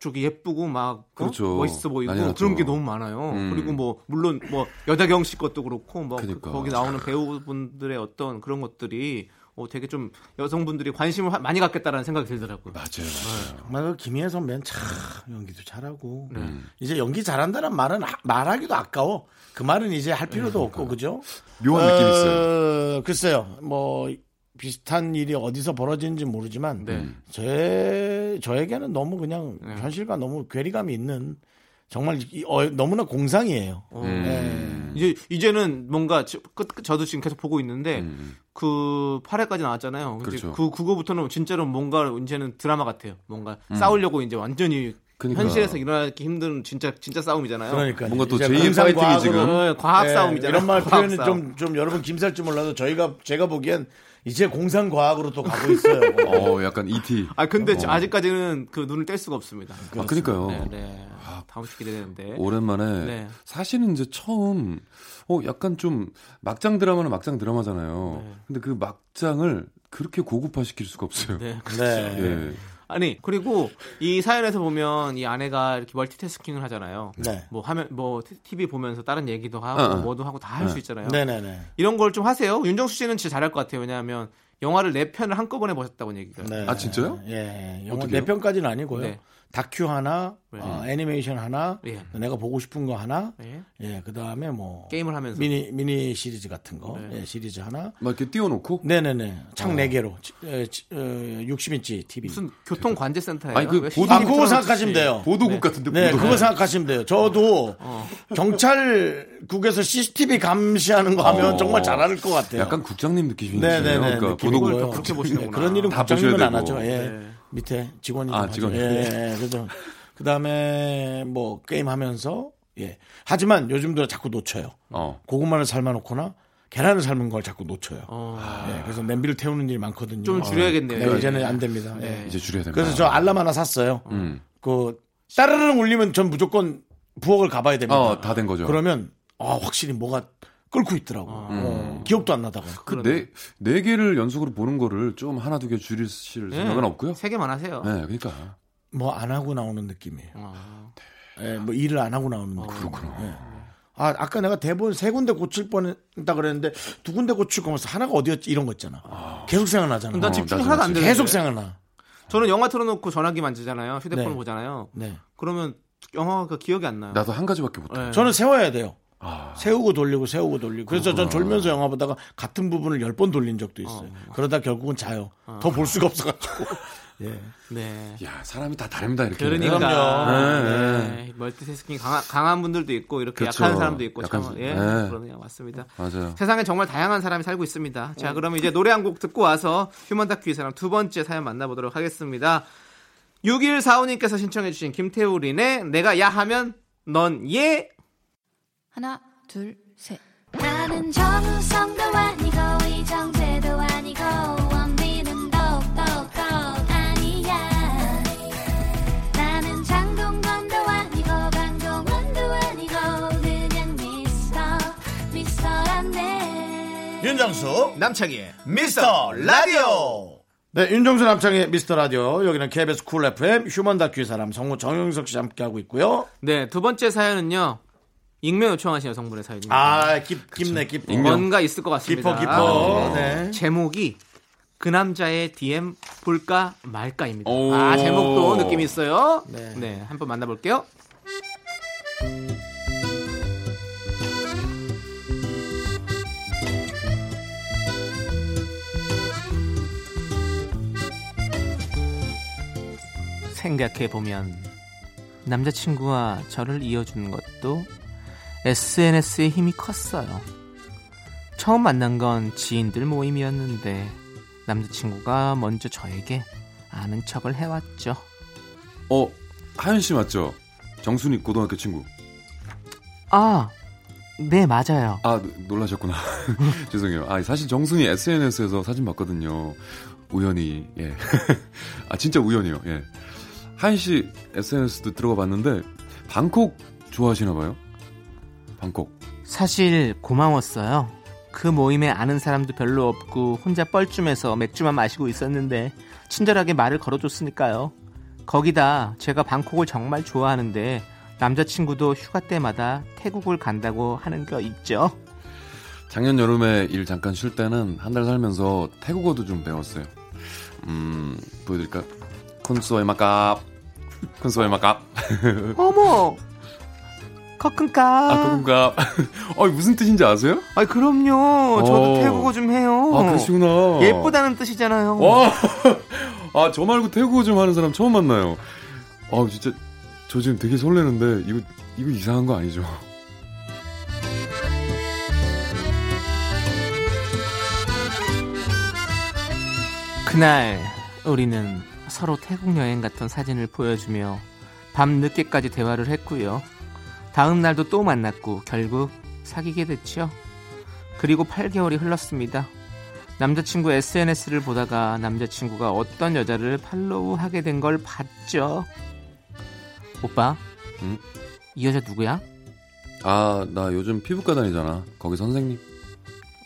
저기 예쁘고 막 어? 그렇죠. 멋있어 보이고 난리 났죠. 그런 게 너무 많아요. 음. 그리고 뭐 물론 뭐 여자경 씨 것도 그렇고 뭐 그- 그러니까. 거기 나오는 배우분들의 어떤 그런 것들이 어, 되게 좀 여성분들이 관심을 하- 많이 갖겠다라는 생각이 들더라고요. 맞아요. 맞아요. 정말 그 김희애 선배는 참 연기도 잘하고 네. 이제 연기 잘한다는 말은 아- 말하기도 아까워 그 말은 이제 할 필요도 음, 없고 그죠? 묘한 느낌 있어요. 어, 글쎄요. 뭐 비슷한 일이 어디서 벌어지는지 음. 모르지만 네. 제 저에게는 너무 그냥 네. 현실과 너무 괴리감이 있는 정말 이- 어, 너무나 공상이에요. 음. 네. 이제 이제는 뭔가 저, 끝, 끝- 저도 지금 계속 보고 음. 있는데 그 8회까지 나왔잖아요. 이제 그렇죠. 그 그거부터는 진짜로 뭔가 이제는 드라마 같아요. 뭔가 싸우려고 이제 완전히 음. 그러니까. 현실에서 일어나기 힘든 진짜 진짜 싸움이잖아요. 그러니까 뭔가 또 이제 제2의 공상 파이팅이 과학으로 지금. 네, 과학 예, 싸움이잖아요. 이런 말 과학 표현은 싸움. 좀, 좀 여러분 김살지 몰라도 저희가 제가 보기엔 이제 공상과학으로 또 가고 있어요. 어, 약간 ET. 아 근데 저 아직까지는 그 눈을 뗄 수가 없습니다. 아, 그러니까요. 네, 네. 다음 주 기대되는데. 오랜만에 네. 사실은 이제 처음 어 약간 좀 막장 드라마는 막장 드라마잖아요. 네. 근데 그 막장을 그렇게 고급화 시킬 수가 없어요. 네. 네. 예. 아니 그리고 이 사연에서 보면 이 아내가 이렇게 멀티태스킹을 하잖아요. 네. 뭐 하면 뭐 TV 보면서 다른 얘기도 하고 어, 어. 뭐도 하고 다 할 수 있잖아요. 네네네. 이런 걸 좀 하세요. 윤정수 씨는 진짜 잘할 것 같아요. 왜냐하면 영화를 네 편을 한꺼번에 보셨다고 얘기가. 네. 아, 진짜요? 예. 영화 어떻게요? 네 편까지는 아니고요. 네. 다큐 하나, 네. 어, 애니메이션 하나, 예. 내가 보고 싶은 거 하나, 예. 예, 그 다음에 뭐 게임을 하면서. 미니 미니 시리즈 같은 거, 네. 예, 시리즈 하나. 막 이렇게 띄워놓고. 네네네. 어. 창 네 개로 60인치 TV. 무슨 교통 관제센터예요? 아니, 그 왜 보도- 아, 시간이 그거 틀어놓지? 생각하시면 돼요. 보도국 같은데 네, 보도국. 그거 생각하시면 돼요. 저도 어. 경찰국에서 CCTV 감시하는 거 하면 어. 정말 잘할 것 같아요. 약간 국장님 느낌이시네요. 네네네. 그러니까 느낌이 보도국 있고요. 그렇게 보시는구나. 그런 일은 다 국장님은 보셔야 안 되고. 하죠. 예. 네. 밑에 직원이 좀 아, 하죠. 직원이. 예, 예, 그죠. 그다음에 뭐 게임 하면서 예. 하지만 요즘 들어 자꾸 놓쳐요. 어. 고구마를 삶아 놓거나 계란을 삶은 걸 자꾸 놓쳐요. 어, 아, 예, 그래서 냄비를 태우는 일이 많거든요. 좀 줄여야겠네요. 네, 이제는 안 됩니다. 예. 이제 줄여야 됩니다. 그래서 저 알람 하나 샀어요. 음. 그 따르릉 울리면 전 무조건 부엌을 가봐야 됩니다. 어, 다 된 거죠. 그러니까. 그러면 아, 확실히 뭐가 끓고 있더라고. 음. 어, 기억도 안 나다가. 그네 네 개를 연속으로 보는 거를 좀 하나 두 개 줄이실 생각은 없고요. 예. 네. 세 개만 하세요. 네, 그러니까 뭐 안 하고 나오는 느낌이에요. 어. 예, 뭐 일을 안 하고 나오는 느낌. 그렇구나. 아, 아까 내가 대본 세 군데 고칠 뻔했다 그랬는데 두 군데 고칠 거면서 하나가 어디였지 이런 거 있잖아. 계속 생각나잖아. 난 어, 집중 나도 하나도 안 되는데. 계속 생각나. 저는 영화 틀어놓고 전화기 만지잖아요. 휴대폰 네. 을 보잖아요. 네. 그러면 영화가 기억이 안 나요. 나도 한 가지밖에 못해. 아, 네. 저는 세워야 돼요. 세우고 돌리고 세우고 돌리고. 그래서 전 졸면서 영화 보다가 같은 부분을 열 번 돌린 적도 있어요. 어. 그러다 결국은 자요. 더 볼 수가 없어가지고. 예. 네. 야, 사람이 다 다릅니다 이렇게. 그러니까 그럼요. 네. 멀티태스킹 강한, 강한 분들도 있고 이렇게 그렇죠. 약한 사람도 있고 약한 참, 사- 예, 네. 그러네요. 맞습니다. 맞아요. 세상에 정말 다양한 사람이 살고 있습니다. 네. 자, 그럼 이제 노래 한 곡 듣고 와서 휴먼 다큐 이 사람 두 번째 사연 만나보도록 하겠습니다. 6145님께서 신청해주신 김태우린의 내가 야 하면 넌 예! 하나, 둘, 셋. 나는 정우성도 아니고 이정재도 아니고 원빈은 더욱더 아니야 나는 장동건도 아니고 강동원도 아니고 그냥 미스터 미스터란데 윤정수 남창희의 미스터 라디오. 네, 윤정수 남창의 미스터 라디오. 여기는 KBS 쿨 FM 휴먼 다큐의 사람 성우 정영석 씨 함께하고 있고요. 네, 두 번째 사연은요. 익명 요청하신 여성분의 사연입니다. 아, 음. 깊, 깊네, 깊어. 뭔가 있을 것 같습니다. 깊어, 아, 깊어. 네. 제목이 그 남자의 DM 볼까 말까입니다. 오. 아 제목도 느낌이 있어요. 네, 한번 만나볼게요. 생각해 보면 남자친구와 저를 이어준 것도 SNS의 힘이 컸어요. 처음 만난 건 지인들 모임이었는데 남자친구가 먼저 저에게 아는 척을 해왔죠. 어, 하연 씨 맞죠? 정순이 고등학교 친구. 아, 네 맞아요. 아, 노- 놀라셨구나. 죄송해요. 아, 사실 정순이 SNS에서 사진 봤거든요. 우연히, 예. 아, 진짜 우연이요, 예. 하인 씨 SNS도 들어가 봤는데, 방콕 좋아하시나 봐요? 방콕. 사실 고마웠어요. 그 모임에 아는 사람도 별로 없고 혼자 뻘쭘해서 맥주만 마시고 있었는데 친절하게 말을 걸어줬으니까요. 거기다 제가 방콕을 정말 좋아하는데 남자친구도 휴가 때마다 태국을 간다고 하는 거 있죠. 작년 여름에 일 잠깐 쉴 때는 한 달 살면서 태국어도 좀 배웠어요. 음, 보여드릴까요? 콘소에 마깝. 콘소에 마깝. 어머! 커큰까? 아, 그건가. 어, 무슨 뜻인지 아세요? 아 그럼요. 저도 오. 태국어 좀 해요. 아, 어, 그러시구나. 예쁘다는 뜻이잖아요. 와, 아, 저 말고 태국어 좀 하는 사람 처음 만나요. 아, 진짜, 저 지금 되게 설레는데, 이거, 이거 이상한 거 아니죠? 그날 우리는 서로 태국 여행 갔던 사진을 보여주며 밤 늦게까지 대화를 했고요. 다음 날도 또 만났고 결국 사귀게 됐죠. 그리고 8개월이 흘렀습니다. 남자친구 SNS를 보다가 남자친구가 어떤 여자를 팔로우하게 된 걸 봤죠. 오빠, 응? 이 여자 누구야? 아, 나 요즘 피부과 다니잖아. 거기 선생님.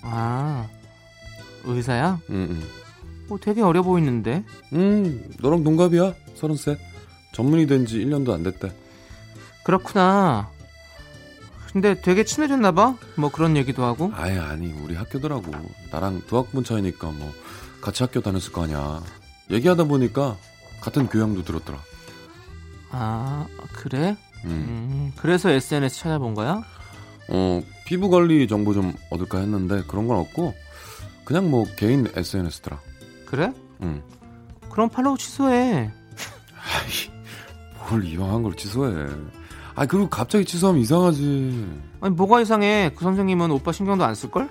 아, 의사야? 응, 어, 되게 어려 보이는데. 응. 음, 너랑 동갑이야. 서른셋. 전문의 된 지 1년도 안 됐대. 그렇구나. 근데 되게 친해졌나 봐. 뭐 그런 얘기도 하고. 아예 아니, 우리 학교더라고. 나랑 두 학번 차이니까 뭐, 같이 학교 다녔을 거 아니야. 얘기하다 보니까, 같은 교양도 들었더라. 아, 그래? 음. 음, 그래서 SNS 찾아본 거야? 어, 피부 관리 정보 좀 얻을까 했는데, 그런 건 없고, 그냥 뭐, 개인 SNS더라. 음. 그래? 응. 그럼 팔로우 취소해. 아이, 뭘 이왕한 걸 취소해. 아, 그리고 갑자기 취소하면 이상하지. 아니, 뭐가 이상해. 그 선생님은 오빠 신경도 안 쓸걸?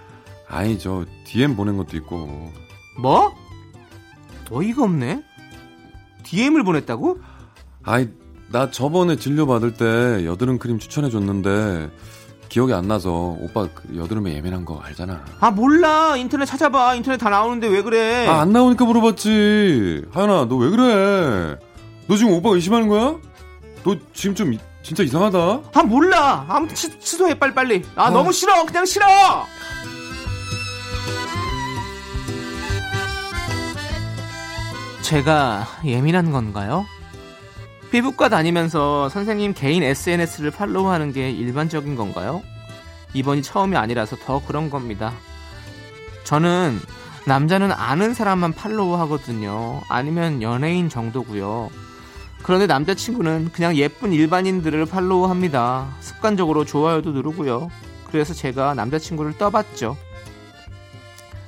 아니, 저, DM 보낸 것도 있고. 뭐? 어이가 없네. DM을 보냈다고? 아이, 나 저번에 진료받을 때 여드름 크림 추천해줬는데, 기억이 안 나서, 오빠 그 여드름에 예민한 거 알잖아. 아, 몰라. 인터넷 찾아봐. 인터넷 다 나오는데 왜 그래? 아, 안 나오니까 물어봤지. 하연아, 너 왜 그래? 너 지금 오빠 의심하는 거야? 너 지금 좀, 이- 진짜 이상하다. 아, 몰라. 아무튼 취, 취소해, 빨리빨리. 아, 어. 너무 싫어. 그냥 싫어! 제가 예민한 건가요? 피부과 다니면서 선생님 개인 SNS를 팔로우하는 게 일반적인 건가요? 이번이 처음이 아니라서 더 그런 겁니다. 저는 남자는 아는 사람만 팔로우하거든요. 아니면 연예인 정도고요. 그런데 남자친구는 그냥 예쁜 일반인들을 팔로우합니다. 습관적으로 좋아요도 누르고요. 그래서 제가 남자친구를 떠봤죠.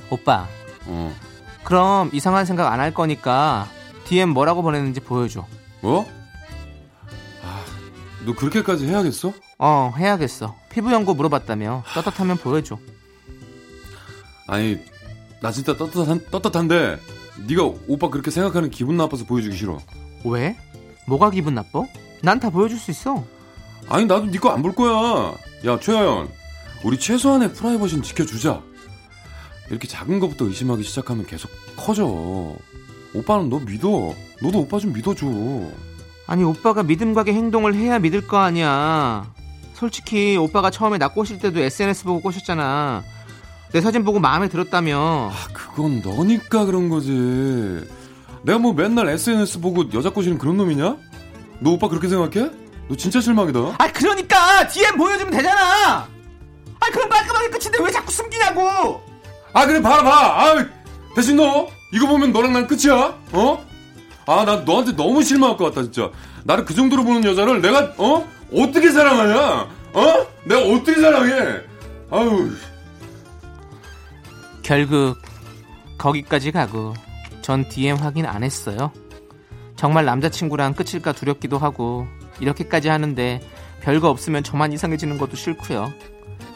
오빠, 어. 그럼 이상한 생각 안 할 거니까 DM 뭐라고 보냈는지 보여줘. 뭐? 아, 너 그렇게까지 해야겠어? 어, 해야겠어. 피부 연고 물어봤다며. 떳떳하면 보여줘. 아니 나 진짜 떳떳한, 떳떳한데 네가 오빠 그렇게 생각하는 기분 나빠서 보여주기 싫어 왜? 뭐가 기분 나빠? 난 다 보여줄 수 있어. 아니 나도 네 거 안 볼 거야 야 최하연 우리 최소한의 프라이버시는 지켜주자 이렇게 작은 것부터 의심하기 시작하면 계속 커져 오빠는 너 믿어 너도 오빠 좀 믿어줘 아니, 오빠가 믿음과의 행동을 해야 믿을 거 아니야. 솔직히 오빠가 처음에 나 꼬실 때도 SNS 보고 꼬셨잖아. 내 사진 보고 마음에 들었다며. 아 그건 너니까 그런 거지 내가 뭐 맨날 SNS 보고 여자 꼬시는 그런 놈이냐? 너 오빠 그렇게 생각해? 너 진짜 실망이다 아 그러니까 DM 보여주면 되잖아. 아 그럼 깔끔하게 끝인데 왜 자꾸 숨기냐고. 아 그래 봐라 봐. 아 대신 너 이거 보면 너랑 난 끝이야. 어? 아 나 너한테 너무 실망할 것 같다 진짜. 나를 그 정도로 보는 여자를 내가 어 어떻게 사랑하냐? 어? 내가 어떻게 사랑해? 아유 결국 거기까지 가고 전 DM 확인 안 했어요. 정말 남자친구랑 끝일까 두렵기도 하고 이렇게까지 하는데 별거 없으면 저만 이상해지는 것도 싫고요.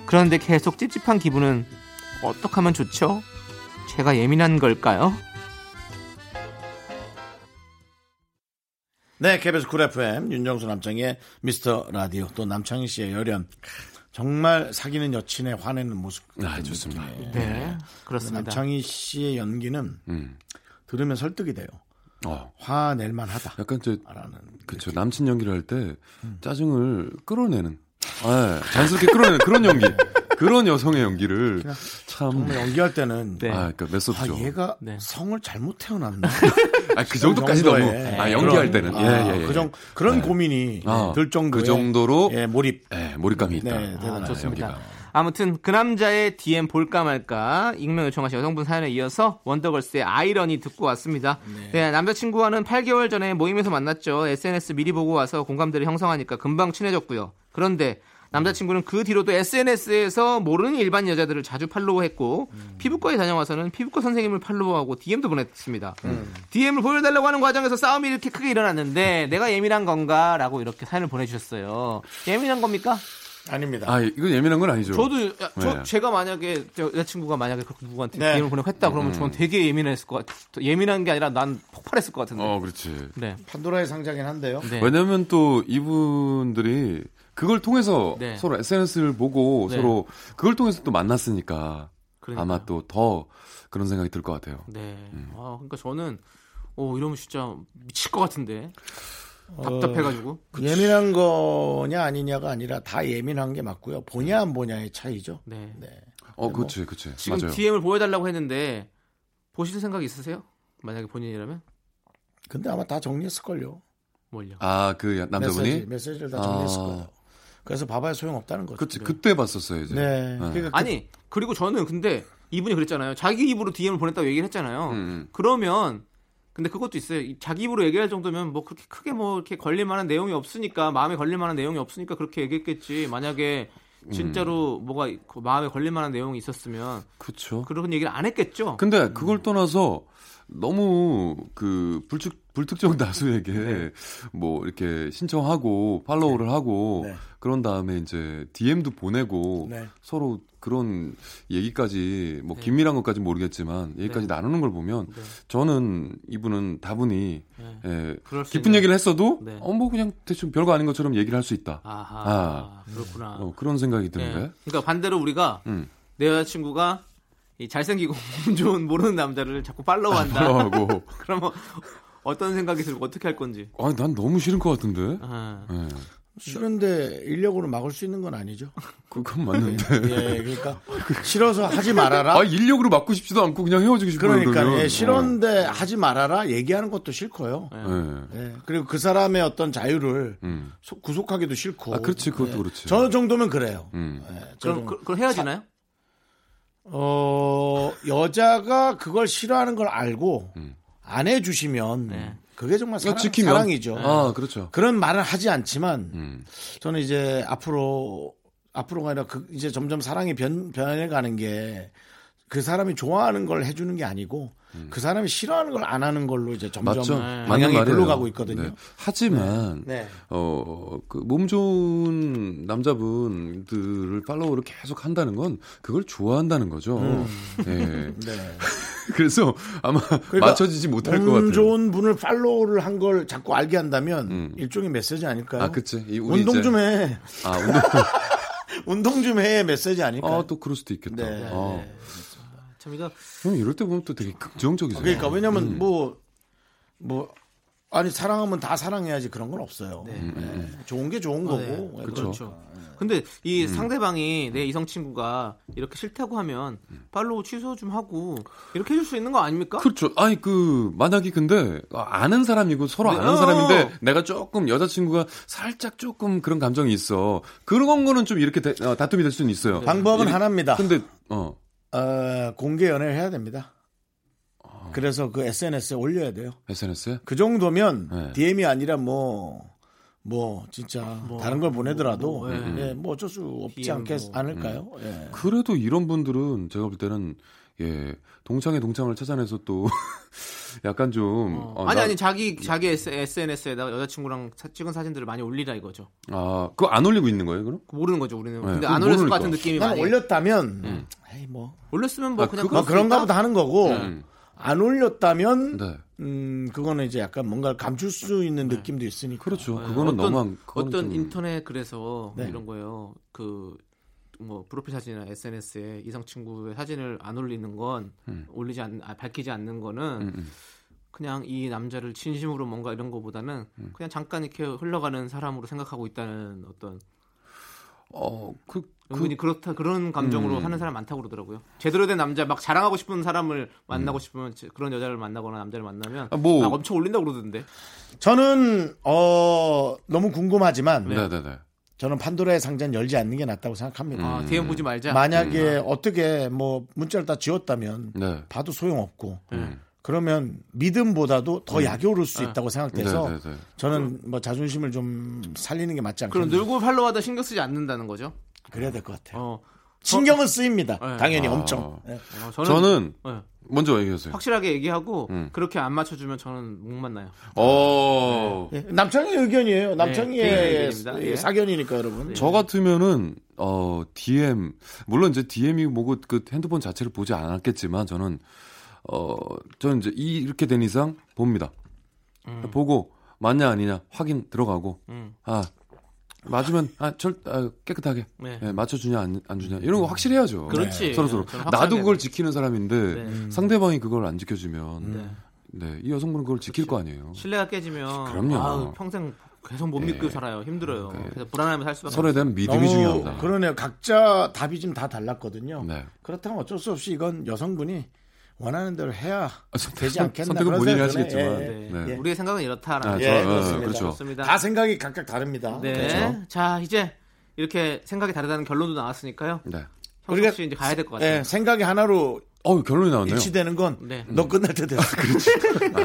그런데 계속 찝찝한 기분은 어떻게 하면 좋죠? 제가 예민한 걸까요? 네, KBS 쿨 FM 윤정수 남창의 미스터 라디오 또 남창희 씨의 열연 정말 사귀는 여친의 화내는 모습. 아, 좋습니다. 느낌이에요. 네, 그렇습니다. 남창희 씨의 연기는 음. 들으면 설득이 돼요. 어. 화낼 만하다라는. 약간 저 그쵸 남친 연기를 할 때 짜증을 끌어내는. 아, 자연스럽게 끌어내는 그런 연기. 그런 여성의 연기를 참 정말 연기할 때는 네. 아, 그러니까 아 메소드죠. 얘가 네. 성을 잘못 태어났나? 아, 그 정도까지 너무. 정도의 아, 그런, 연기할 때는. 아, 예, 예, 예. 그 정, 그런 네. 고민이 어, 들 정도의 그 정도로 예, 몰입. 예, 몰입감이 있다. 네, 대단하네요. 아, 좋습니다. 여기가. 아무튼 그 남자의 DM 볼까 말까 익명 요청하신 여성분 사연에 이어서 원더걸스의 아이러니 듣고 왔습니다. 네. 남자친구와는 8개월 전에 모임에서 만났죠. SNS 미리 보고 와서 공감대를 형성하니까 금방 친해졌고요. 그런데 남자친구는 그 뒤로도 SNS에서 모르는 일반 여자들을 자주 팔로우했고 음. 피부과에 다녀와서는 피부과 선생님을 팔로우하고 DM도 보냈습니다. 음. DM을 보여달라고 하는 과정에서 싸움이 이렇게 크게 일어났는데 내가 예민한 건가라고 이렇게 사연을 보내주셨어요. 예민한 겁니까? 아닙니다. 아, 이건 예민한 건 아니죠. 저도 야, 저 네. 제가 만약에 저 여자친구가 만약에 그렇게 누구한테 네. DM을 보내고 했다 음. 그러면 저는 되게 예민했을 것 같아요. 예민한 게 아니라 난 폭발했을 것 같은데. 어, 그렇지. 네. 판도라의 상자긴 한데요. 네. 왜냐면 또 이분들이 그걸 통해서 네. 서로 SNS를 보고 네. 서로 그걸 통해서 또 만났으니까 그러니까요. 아마 또 음. 더 그런 생각이 들 것 같아요. 네. 아, 그러니까 저는 오 이러면 진짜 미칠 것 같은데. 답답해가지고. 예민한 거냐 아니냐가 아니라 다 예민한 게 맞고요. 보냐 안 보냐의 차이죠. 네. 네. 어, 그렇지, 그렇지. 지금 맞아요. DM을 보여달라고 했는데 보실 생각 있으세요? 만약에 본인이라면 근데 아마 다 정리했을걸요. 뭘요? 아, 그 남자분이? 메시지, 메시지를 다 정리했을 아. 거예요. 그래서 봐봐야 소용없다는 거죠. 네. 그치, 그때 봤었어요, 이제. 네. 그러니까 그- 아니 그리고 저는 근데 이분이 그랬잖아요. 자기 입으로 DM을 보냈다고 얘기를 했잖아요. 음, 음. 그러면 근데 그것도 있어요. 이 자기 입으로 얘기할 정도면 뭐 그렇게 크게 뭐 이렇게 걸릴 만한 내용이 없으니까 마음에 걸릴 만한 내용이 없으니까 그렇게 얘기했겠지. 만약에 음. 진짜로 뭐가 그 마음에 걸릴 만한 내용이 있었으면 그쵸. 그런 얘기를 안 했겠죠. 근데 그걸 떠나서 너무 그 불특 불특정 다수에게 네. 뭐 이렇게 신청하고 팔로우를 하고 네. 그런 다음에 이제 DM도 보내고 네. 서로 그런 얘기까지 뭐 긴밀한 것까지 모르겠지만 얘기까지 네. 나누는 걸 보면 저는 이분은 다분히 네. 예, 그럴 수 깊은 있는- 얘기를 했어도 네. 어 뭐 그냥 대충 별거 아닌 것처럼 얘기를 할 수 있다. 아하 그렇구나. 어, 그런 네. 생각이 드는데. 그러니까 반대로 우리가 음. 내 여자친구가 이 잘생기고 몸 좋은 모르는 남자를 자꾸 네. 아, 팔로우한다. 하고 그러면 어떤 생각이 들고 어떻게 할 건지. 아니 난 너무 싫은 것 같은데. 아. 예. 싫은데 인력으로 막을 수 있는 건 아니죠. 그건 맞는데. 예, 그러니까 싫어서 하지 말아라. 아 인력으로 맞고 싶지도 않고 그냥 헤어지고 싶어요. 네. 그러니까 그러면. 예, 싫은데 하지 말아라 얘기하는 것도 싫고요. 어. 예. 예, 그리고 그 사람의 어떤 자유를 음. 소- 구속하기도 싫고. 네. 아 그렇지 그것도 그렇지. 저 정도면 그래요. 음. 예, 저 그럼 정도. 그, 그럼 헤어지나요? 어, 여자가 그걸 싫어하는 걸 알고 안 해주시면 네. 그게 정말 사랑, 그러니까 음. 지키면. 이죠 아 그렇죠. 그런 말은 하지 않지만 음. 저는 이제 앞으로 앞으로가 아니라 그 이제 점점 사랑이 변 변해가는 게 그 사람이 좋아하는 걸 해주는 게 아니고 그 사람이 싫어하는 걸 안 하는 걸로 이제 점점 음. 맞죠? 맞는 방향이 말이에요. 글로 가고 있거든요. 네. 하지만 네. 어, 그 몸 좋은 남자분들을 팔로우를 계속 한다는 건 그걸 좋아한다는 거죠. 예. 네. 그래서 아마 음. 그러니까 맞춰지지 못할 것 몸 같아요. 좋은 분을 팔로우를 한 걸 자꾸 알게 한다면 음. 일종의 메시지 아닐까요? 아, 그치. 이 우리 운동 이제- 좀 해. 아, 운동. 운동 좀 해. 메시지 아닐까요? 아, 또 그럴 수도 있겠다. 네. 아, 참 이거 형 이럴 때 보면 또 되게 긍정적이세요. 그러니까 왜냐면 뭐, 뭐, 아니 사랑하면 다 사랑해야지 그런 건 없어요. 네. 좋은 게 좋은 거고. 네, 그렇죠. 근데 음. 이 상대방이 내 이성 친구가 이렇게 싫다고 하면 팔로우 취소 좀 하고 이렇게 해줄 수 있는 거 아닙니까? 음. 그렇죠. 아니 그 만약에 근데 아는 사람이고 서로 네. 아는 어. 사람인데 내가 조금 여자친구가 살짝 조금 그런 감정이 있어. 그런 거는 좀 이렇게 대- 어, 다툼이 될 수는 있어요. 방법은 이- 하나입니다. 근데 어 어, 공개 연애를 해야 됩니다. 그래서 그 SNS에 올려야 돼요. SNS에 그 정도면 네. DM이 아니라 뭐, 뭐, 진짜 다른 걸 보내더라도 뭐, 뭐, 예. 예, 뭐 어쩔 수 없지 DM 않겠, 뭐. 않을까요? 예. 그래도 이런 분들은 제가 볼 때는 예 동창의 동창을 찾아내서 또 약간 좀 어, 아니 나- 아니 자기 자기 SNS에다가 여자친구랑 사- 찍은 사진들을 많이 올리라 이거죠. 아 그거 안 올리고 있는 거예요 그럼? 모르는 거죠 우리는. 근데 네, 그건 안 올렸을 모르니까. 것 같은 느낌이 난 많이. 올렸다면, 에이 뭐, 올렸으면 뭐 아, 그냥 그거- 뭐 그럴 수 있다? 그런가 보다 하는 어. 거고, 음. 안 올렸다면, 네 음, 그거는 이제 약간 뭔가를 감출 수 있는 느낌도 있으니까. 그렇죠. 네, 그거는 어떤- 너무 한, 그거는 어떤 좀- 인터넷 그래서 네. 이런 거예요. 그 뭐 프로필 사진이나 SNS에 이성 친구의 사진을 안 올리는 건 음. 올리지 않 아, 밝히지 않는 거는 음, 음. 그냥 이 남자를 진심으로 뭔가 이런 거보다는 음. 그냥 잠깐 이렇게 흘러가는 사람으로 생각하고 있다는 어떤 어, 그, 그, 음. 은근히 그, 렇다 그런 감정으로 하는 사람 많다고 그러더라고요. 제대로 된 남자 막 자랑하고 싶은 사람을 만나고 싶으면 제- 그런 여자를 만나거나 남자를 만나면 음. 아, 뭐- 막 엄청 올린다고 그러던데. 저는, 어, 너무 궁금하지만, 네, 네, 네. 저는 판도라의 상자는 열지 않는 게 낫다고 생각합니다. 음. 아, DM 보지 말자. 만약에 어떻게 뭐 문자를 다 지웠다면, 네. 봐도 소용없고, 음. 그러면 믿음보다도 더 약오를 수 있다고 생각돼서 네, 네, 네. 저는 뭐 자존심을 좀 살리는 게 맞지 그럼 않겠나 늘고 팔로우하다 신경 쓰지 않는다는 거죠. 그래야 될 것 같아요. 어, 신경은 쓰입니다. 네. 당연히 아. 엄청. 네. 어, 저는 예, 먼저 얘기하세요. 확실하게 얘기하고 음. 그렇게 안 맞춰주면 저는 목 만나요. 어, 예, 남창의 의견이에요. 네, 개인 남창의 의견입니다. 예, 예. 사견이니까 여러분. 저 같으면은 어 DM 물론 이제 DM이 뭐고 그 핸드폰 자체를 보지 않았겠지만 저는 어 저는 이제 이- 이렇게 된 이상 봅니다. 보고 맞냐 아니냐 확인 들어가고 음. 아 맞으면 아절 아, 깨끗하게 네. 예, 맞춰주냐 안, 안 주냐 이런 거 확실해야죠. 그렇지. 네, 서로 서로 저는 확실하게 나도 그걸 해야죠. 지키는 사람인데 네. 상대방이 그걸 안 지켜주면 네. 그렇죠. 네 이 여성분은 그걸 지킬 거 아니에요. 신뢰가 깨지면 그럼요. 예. 음, 아우, 평생 계속 못 믿고 살아요. 힘들어요. 그래서 불안하면 살 수밖에 서로에 대한 믿음이 중요합니다. 그러네요. 각자 답이 좀 다 달랐거든요. 네. 그렇다면 어쩔 수 없이 이건 여성분이 원하는 대로 해야 아, 선- 되지 선- 않겠나 선택은 그런 본인이 생각이 드네. 하시겠지만. 예, 없어요. 네. 네. 우리의 생각은 이렇다라는 아, 거. 저, 예, 어, 그렇습니다. 그렇죠. 좋습니다. 다 생각이 각각 다릅니다. 네. 그렇죠. 자 이제 이렇게 생각이 다르다는 결론도 나왔으니까요. 네. 우리가- 형석 씨 이제 가야 될 것 같아요. 예, 생각이 하나로 어 결론이 나왔네요. 일치되는 건 너 네. 네. 끝날 때 됐어.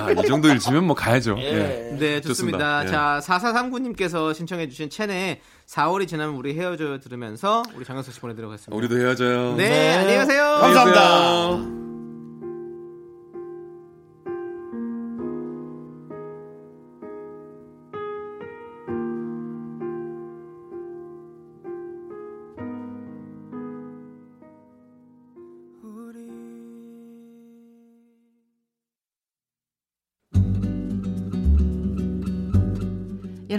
아, 이 정도 일치면 뭐 가야죠. 예. 네, 좋습니다. 좋습니다. 예. 자, 4439님께서 신청해주신 첸의 4월이 지나면 우리 헤어져 들으면서 우리 장현석 씨 보내드리겠습니다. 우리도 헤어져요. 네, 안녕히 가세요. 감사합니다.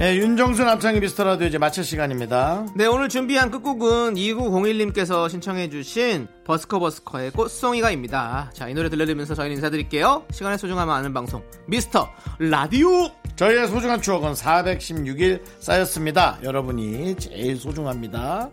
예, 윤정수 남창희 미스터라디오 이제 마칠 시간입니다. 네, 오늘 준비한 끝곡은 2901님께서 신청해주신 버스커버스커의 꽃송이가입니다. 자, 이 노래 들려드리면서 저희는 인사드릴게요. 시간의 소중함을 아는 방송, 미스터 라디오! 저희의 소중한 추억은 416일 쌓였습니다. 여러분이 제일 소중합니다.